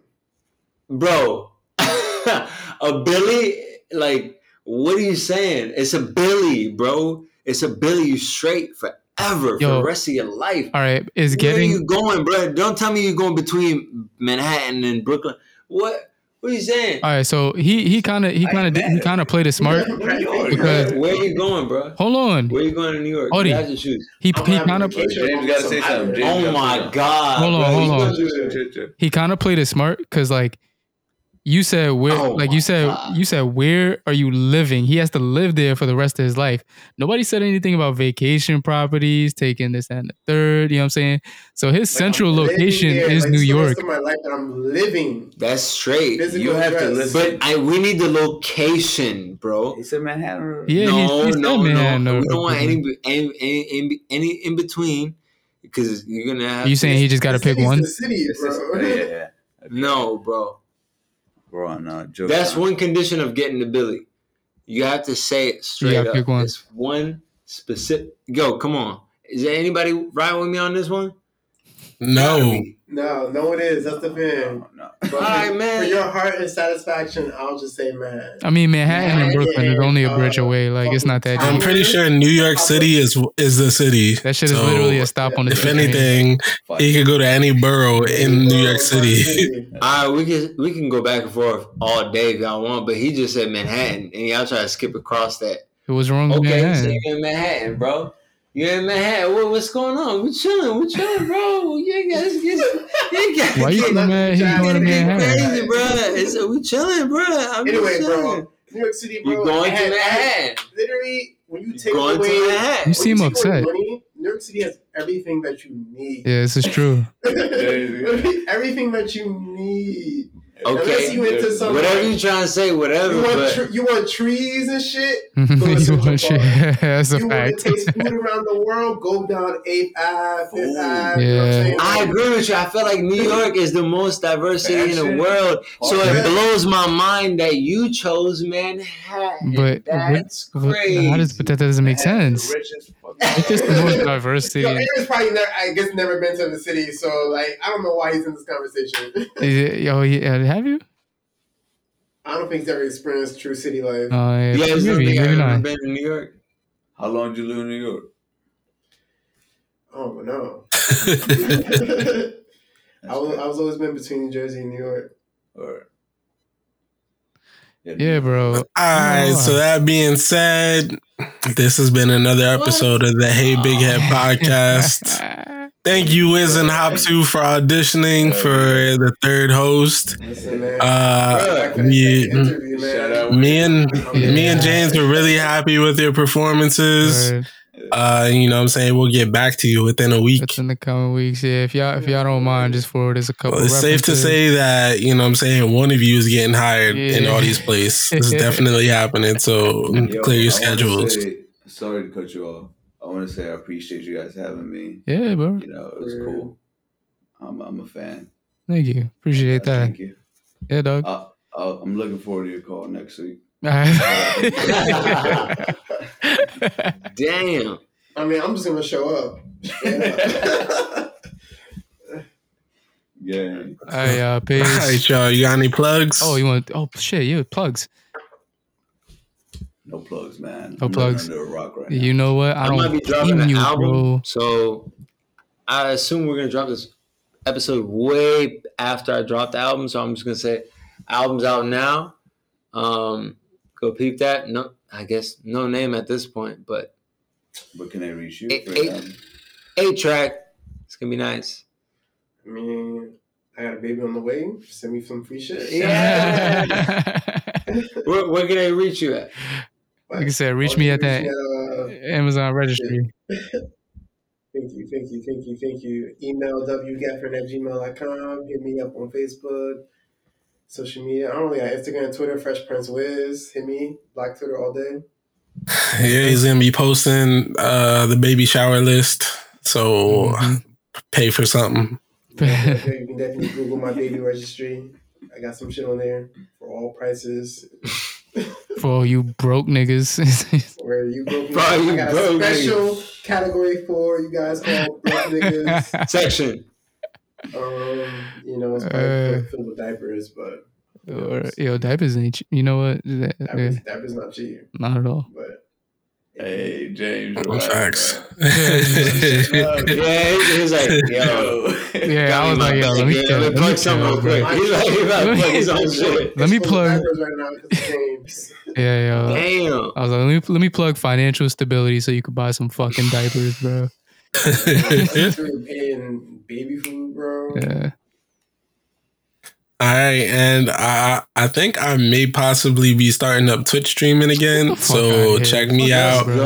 [SPEAKER 2] bro, (laughs) a Billy, like what are you saying? It's a Billy, bro. It's a Billy. You straight forever for
[SPEAKER 1] Yo.
[SPEAKER 2] the rest of your life.
[SPEAKER 1] All right, is
[SPEAKER 2] Where
[SPEAKER 1] getting
[SPEAKER 2] you going, bro? Don't tell me you're going between Manhattan and Brooklyn. What? What are you saying?
[SPEAKER 1] all right. So he he kind of he kind of he kind of played
[SPEAKER 3] (laughs)
[SPEAKER 1] it smart because
[SPEAKER 2] Where, where are you going, bro?
[SPEAKER 1] hold on,
[SPEAKER 2] Where you going to New York?
[SPEAKER 1] Audie.
[SPEAKER 2] That's your shoes.
[SPEAKER 1] he
[SPEAKER 3] I'm
[SPEAKER 1] he
[SPEAKER 3] having
[SPEAKER 1] kind
[SPEAKER 3] a
[SPEAKER 1] of
[SPEAKER 3] vacation
[SPEAKER 5] James
[SPEAKER 3] on
[SPEAKER 5] gotta
[SPEAKER 3] some
[SPEAKER 5] say something.
[SPEAKER 3] island.
[SPEAKER 5] James-
[SPEAKER 2] Oh my God!
[SPEAKER 1] Hold on,
[SPEAKER 2] bro.
[SPEAKER 1] hold
[SPEAKER 2] You
[SPEAKER 1] on.
[SPEAKER 2] gonna do that?
[SPEAKER 1] he kind of played it smart because like you said where
[SPEAKER 2] Oh
[SPEAKER 1] like
[SPEAKER 2] my
[SPEAKER 1] you said
[SPEAKER 2] God.
[SPEAKER 1] you said where are you living he has to live there for the rest of his life nobody said anything about vacation properties taking this and the third you know what i'm saying so his central
[SPEAKER 3] Living
[SPEAKER 1] location
[SPEAKER 3] there,
[SPEAKER 1] is
[SPEAKER 3] like,
[SPEAKER 1] new
[SPEAKER 3] it's the
[SPEAKER 1] york
[SPEAKER 3] rest of my life that I'm living.
[SPEAKER 2] That's straight.
[SPEAKER 3] Physical
[SPEAKER 5] You have to
[SPEAKER 3] address.
[SPEAKER 5] listen.
[SPEAKER 2] But I, we need the location, bro.
[SPEAKER 5] He said Manhattan.
[SPEAKER 1] yeah he-
[SPEAKER 2] no,
[SPEAKER 1] he, said,
[SPEAKER 2] no,
[SPEAKER 1] man
[SPEAKER 2] no.
[SPEAKER 1] or-
[SPEAKER 2] We don't want
[SPEAKER 1] or-
[SPEAKER 2] any, any, any, any in between because you're gonna have.
[SPEAKER 1] you saying he just got to
[SPEAKER 3] The
[SPEAKER 1] pick
[SPEAKER 3] city's
[SPEAKER 1] one
[SPEAKER 3] The city,
[SPEAKER 5] It's just-
[SPEAKER 3] bro.
[SPEAKER 5] yeah, yeah, yeah.
[SPEAKER 2] No, bro.
[SPEAKER 5] We're on uh, joke.
[SPEAKER 2] That's
[SPEAKER 5] time.
[SPEAKER 2] one condition of getting the Billy. You have to say it straight
[SPEAKER 1] gotta
[SPEAKER 2] up.
[SPEAKER 1] pick one.
[SPEAKER 2] It's one specific. Yo, come on. Is there anybody riding with me on this one?
[SPEAKER 4] No,
[SPEAKER 3] (laughs) No, no, one is. That's the thing.
[SPEAKER 5] No, no.
[SPEAKER 3] But
[SPEAKER 2] All right,
[SPEAKER 3] for-
[SPEAKER 2] man.
[SPEAKER 3] For your heart and satisfaction, I'll just say, man.
[SPEAKER 1] i mean manhattan and brooklyn is only a bridge away like it's not that
[SPEAKER 4] I'm
[SPEAKER 1] deep.
[SPEAKER 4] pretty sure New York City is is the city.
[SPEAKER 1] that shit is
[SPEAKER 4] So,
[SPEAKER 1] literally a stop on the
[SPEAKER 4] If
[SPEAKER 1] train.
[SPEAKER 4] anything,
[SPEAKER 5] Fuck.
[SPEAKER 4] he could go to any borough in New York City. (laughs)
[SPEAKER 2] All right, we can we can go back and forth all day if y'all want, but he just said Manhattan, and y'all try to skip across that.
[SPEAKER 1] it was wrong with
[SPEAKER 2] Okay, so
[SPEAKER 1] manhattan
[SPEAKER 2] you're in Manhattan, bro. You're in Manhattan. What, what's going on? We're chilling. We're chilling, bro. You ain't got to get, you ain't got
[SPEAKER 1] why you so
[SPEAKER 2] get,
[SPEAKER 1] mad he's going to
[SPEAKER 3] Nothing,
[SPEAKER 1] manhattan
[SPEAKER 2] crazy, bro. It's, we chilling, bro. I'm just
[SPEAKER 3] Anyway,
[SPEAKER 2] chilling.
[SPEAKER 3] bro, New York City, bro.
[SPEAKER 2] You're going
[SPEAKER 3] I
[SPEAKER 2] to
[SPEAKER 3] had- I had-
[SPEAKER 2] Manhattan.
[SPEAKER 3] Literally, when you
[SPEAKER 2] You're
[SPEAKER 3] take
[SPEAKER 2] going
[SPEAKER 3] away,
[SPEAKER 2] to Manhattan.
[SPEAKER 1] You seem
[SPEAKER 3] when you take away
[SPEAKER 1] upset.
[SPEAKER 3] Money, New York City has everything that you need. (laughs)
[SPEAKER 1] yeah this is true
[SPEAKER 3] everything that you need. Unless
[SPEAKER 2] Okay.
[SPEAKER 3] you into some
[SPEAKER 2] Whatever you trying to say, whatever.
[SPEAKER 3] you want
[SPEAKER 2] but
[SPEAKER 3] tr- you want trees and shit. Go to
[SPEAKER 1] (laughs) you
[SPEAKER 3] Central
[SPEAKER 1] want shit.
[SPEAKER 3] Park.
[SPEAKER 1] That's a
[SPEAKER 3] you want
[SPEAKER 1] fact.
[SPEAKER 3] to taste
[SPEAKER 1] (laughs)
[SPEAKER 3] food around the world? Go down Eighth Ave, Fifth
[SPEAKER 5] Ooh.
[SPEAKER 3] Ave. You know what I'm
[SPEAKER 1] Yeah.
[SPEAKER 3] saying?
[SPEAKER 2] I agree with you. I feel like New York is the most diverse city in the
[SPEAKER 5] Fashion.
[SPEAKER 2] world. So
[SPEAKER 5] Yeah.
[SPEAKER 2] it blows my mind that you chose Manhattan.
[SPEAKER 1] But
[SPEAKER 2] that's
[SPEAKER 1] what-
[SPEAKER 2] crazy.
[SPEAKER 1] how does but that doesn't make sense?
[SPEAKER 5] (laughs)
[SPEAKER 1] It's just the most diverse
[SPEAKER 3] Yo, eh,
[SPEAKER 1] city.
[SPEAKER 3] Aaron's probably never, I guess, never been to the city, so like, I don't know why he's in this conversation. (laughs)
[SPEAKER 1] Is it- Oh yeah, have you?
[SPEAKER 3] I don't think he's ever experienced true city life.
[SPEAKER 4] Uh.
[SPEAKER 1] Oh, yeah,
[SPEAKER 2] yeah, it's
[SPEAKER 1] maybe,
[SPEAKER 2] something I've
[SPEAKER 1] maybe
[SPEAKER 2] never
[SPEAKER 1] not.
[SPEAKER 2] been to New York.
[SPEAKER 5] How long did you live in New York?
[SPEAKER 3] oh
[SPEAKER 4] (laughs)
[SPEAKER 3] no, (laughs)
[SPEAKER 4] That's
[SPEAKER 3] I,
[SPEAKER 5] That's
[SPEAKER 3] was,
[SPEAKER 5] crazy.
[SPEAKER 3] I was always been between New Jersey and New York.
[SPEAKER 5] Or- Yeah,
[SPEAKER 1] Yeah, bro.
[SPEAKER 4] All right. So that being said, this has been another episode of the Hey Big
[SPEAKER 1] (laughs)
[SPEAKER 4] Head podcast. Thank you, Wiz and Hop Two, for auditioning for the third host.
[SPEAKER 3] Listen, man.
[SPEAKER 4] Uh,
[SPEAKER 3] Back for this
[SPEAKER 4] yeah.
[SPEAKER 3] second interview, man.
[SPEAKER 5] Shout out.
[SPEAKER 4] me and me and
[SPEAKER 1] Yeah.
[SPEAKER 4] James were really happy with your performances.
[SPEAKER 1] Word.
[SPEAKER 4] Uh, you know, what I'm saying we'll get back to you within a week.
[SPEAKER 1] That's in the coming weeks. Yeah, if y'all if y'all don't mind, just forward us a couple.
[SPEAKER 4] Well, it's safe to
[SPEAKER 1] references.
[SPEAKER 4] say that you know what I'm saying one of you is getting hired in
[SPEAKER 1] Yeah.
[SPEAKER 4] all these places.
[SPEAKER 1] (laughs)
[SPEAKER 4] It's definitely happening. So
[SPEAKER 5] Yo,
[SPEAKER 4] clear
[SPEAKER 5] I
[SPEAKER 4] your
[SPEAKER 5] wanna
[SPEAKER 4] schedules.
[SPEAKER 5] say- sorry to cut you off. I want to say I appreciate you guys having me.
[SPEAKER 1] Yeah, bro.
[SPEAKER 5] You know, it was cool. I'm, I'm a fan.
[SPEAKER 1] Thank you. Appreciate that.
[SPEAKER 5] Thank you.
[SPEAKER 1] Yeah, dog.
[SPEAKER 5] (laughs) I, I, I'm looking forward to your call next week. (laughs)
[SPEAKER 1] All right.
[SPEAKER 2] Damn.
[SPEAKER 3] I mean, I'm just gonna show up. Yeah.
[SPEAKER 5] Yeah.
[SPEAKER 1] All right, y'all.
[SPEAKER 4] All
[SPEAKER 1] Peace.
[SPEAKER 4] right, y'all. You got any plugs?
[SPEAKER 1] Oh, you want? Oh shit, you plugs.
[SPEAKER 5] No plugs, man.
[SPEAKER 1] No
[SPEAKER 5] I'm living
[SPEAKER 1] plugs.
[SPEAKER 5] Under a rock right
[SPEAKER 1] You know what? I
[SPEAKER 2] I, might
[SPEAKER 1] don't
[SPEAKER 2] be dropping
[SPEAKER 1] blame
[SPEAKER 2] an
[SPEAKER 1] you,
[SPEAKER 2] album.
[SPEAKER 1] bro.
[SPEAKER 2] So I assume we're gonna drop this episode way after I drop the album. So I'm just gonna say album's out now. Um go peep that. No I guess no name at this point, but
[SPEAKER 5] now. But can I reach you?
[SPEAKER 2] Eight-
[SPEAKER 5] for
[SPEAKER 2] eight-
[SPEAKER 5] an
[SPEAKER 2] eight track. It's gonna be nice.
[SPEAKER 3] I mean, I got a baby on the way. Send me some free shit.
[SPEAKER 2] Yeah.
[SPEAKER 3] (laughs)
[SPEAKER 2] Where, where can I reach you at?
[SPEAKER 1] (laughs) like I
[SPEAKER 4] (laughs)
[SPEAKER 1] said, reach me at that
[SPEAKER 3] Uh,
[SPEAKER 1] Amazon registry.
[SPEAKER 3] Thank you, thank you, thank you, thank you. Email wgaffern at gmail.com. Hit me up on Facebook, social media. I don't really got Instagram, Twitter, Fresh Prince Wiz. Hit me, Black Twitter all day.
[SPEAKER 4] Yeah, he's gonna be posting uh, the baby shower list. So
[SPEAKER 1] Mhm.
[SPEAKER 4] pay for something. (laughs)
[SPEAKER 1] (laughs)
[SPEAKER 3] you can definitely Google my baby registry. I got some shit on there for all prices.
[SPEAKER 1] For all you
[SPEAKER 2] (laughs)
[SPEAKER 1] broke niggas.
[SPEAKER 3] Where you broke
[SPEAKER 2] Bro, you
[SPEAKER 3] I got a
[SPEAKER 2] broke
[SPEAKER 3] special category for you guys called
[SPEAKER 1] (laughs)
[SPEAKER 3] broke niggas.
[SPEAKER 2] Section.
[SPEAKER 3] Um, you know, it's probably
[SPEAKER 1] Uh.
[SPEAKER 3] filled with diapers, but
[SPEAKER 1] or, yo, diapers ain't. che- You know what? That-
[SPEAKER 3] diapers,
[SPEAKER 1] yeah,
[SPEAKER 3] diapers not cheap.
[SPEAKER 1] not at all. (laughs)
[SPEAKER 3] But
[SPEAKER 5] album? Hey, James. you're right,
[SPEAKER 4] Facts.
[SPEAKER 5] man.
[SPEAKER 2] Yeah, he- he's like, yo.
[SPEAKER 1] (laughs)
[SPEAKER 5] (laughs)
[SPEAKER 1] Yeah,
[SPEAKER 2] got
[SPEAKER 1] I
[SPEAKER 2] me
[SPEAKER 1] was
[SPEAKER 2] my
[SPEAKER 1] like, yo,
[SPEAKER 2] bag,
[SPEAKER 1] let me,
[SPEAKER 2] yeah,
[SPEAKER 1] tell-
[SPEAKER 2] let me plug something real quick.
[SPEAKER 1] tell, bro.
[SPEAKER 2] He's like, he's about to plug his own shit.
[SPEAKER 1] Let
[SPEAKER 3] It's
[SPEAKER 1] me
[SPEAKER 3] filled with
[SPEAKER 1] plug-
[SPEAKER 3] diapers right now 'cause of
[SPEAKER 1] (laughs)
[SPEAKER 3] James.
[SPEAKER 1] Yeah, yo.
[SPEAKER 2] Damn.
[SPEAKER 1] I was like, let me let me plug financial stability so you could buy some fucking
[SPEAKER 2] (laughs)
[SPEAKER 1] diapers, bro.
[SPEAKER 3] That's really paying baby food, bro.
[SPEAKER 1] Yeah.
[SPEAKER 4] All right, and I I think I may possibly be starting up Twitch streaming again.
[SPEAKER 1] Get (laughs) the fuck outta
[SPEAKER 4] So
[SPEAKER 1] here.
[SPEAKER 4] check me
[SPEAKER 1] Fuck
[SPEAKER 4] out
[SPEAKER 1] Bro.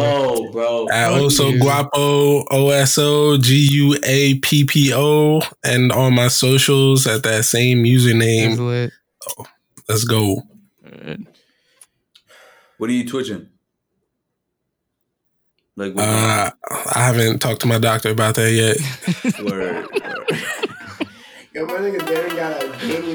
[SPEAKER 2] Yo, bro.
[SPEAKER 4] at
[SPEAKER 1] Fuck
[SPEAKER 4] also
[SPEAKER 1] you.
[SPEAKER 4] guapo o s o g u a p p o and on my socials at that same
[SPEAKER 1] That's
[SPEAKER 4] username.
[SPEAKER 1] lit.
[SPEAKER 4] Let's go.
[SPEAKER 5] What are you twitching? Like, what?
[SPEAKER 4] Uh, I haven't talked to my doctor about that yet.
[SPEAKER 5] word, word.
[SPEAKER 3] Yo, my nigga Darren got a baby.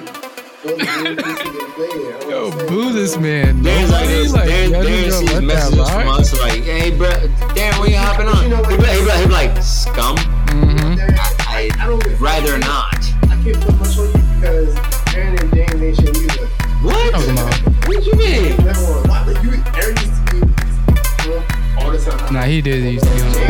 [SPEAKER 3] Go to the baby to get played. I
[SPEAKER 1] Yo,
[SPEAKER 3] don't understand,
[SPEAKER 1] boo
[SPEAKER 3] bro.
[SPEAKER 1] this man.
[SPEAKER 2] There's like,
[SPEAKER 1] Nobody's
[SPEAKER 2] there's,
[SPEAKER 1] like,
[SPEAKER 2] there's,
[SPEAKER 1] yo,
[SPEAKER 2] there's
[SPEAKER 1] yo,
[SPEAKER 2] these
[SPEAKER 1] let that
[SPEAKER 2] messages
[SPEAKER 1] rock.
[SPEAKER 2] from us like, hey, bro, damn, when you hopping on?
[SPEAKER 3] You know what?
[SPEAKER 2] He be like, he be like, he be like, scum.
[SPEAKER 1] Mhm.
[SPEAKER 3] Darren,
[SPEAKER 2] I
[SPEAKER 3] I don't get
[SPEAKER 2] rather not.
[SPEAKER 3] I can't put much on you because Darren and James ain't shit either.
[SPEAKER 2] What?
[SPEAKER 1] Talking about-
[SPEAKER 2] What you mean?
[SPEAKER 3] That one, why would you Aaron used to be on all the time?
[SPEAKER 1] Nah, he did used to be on all the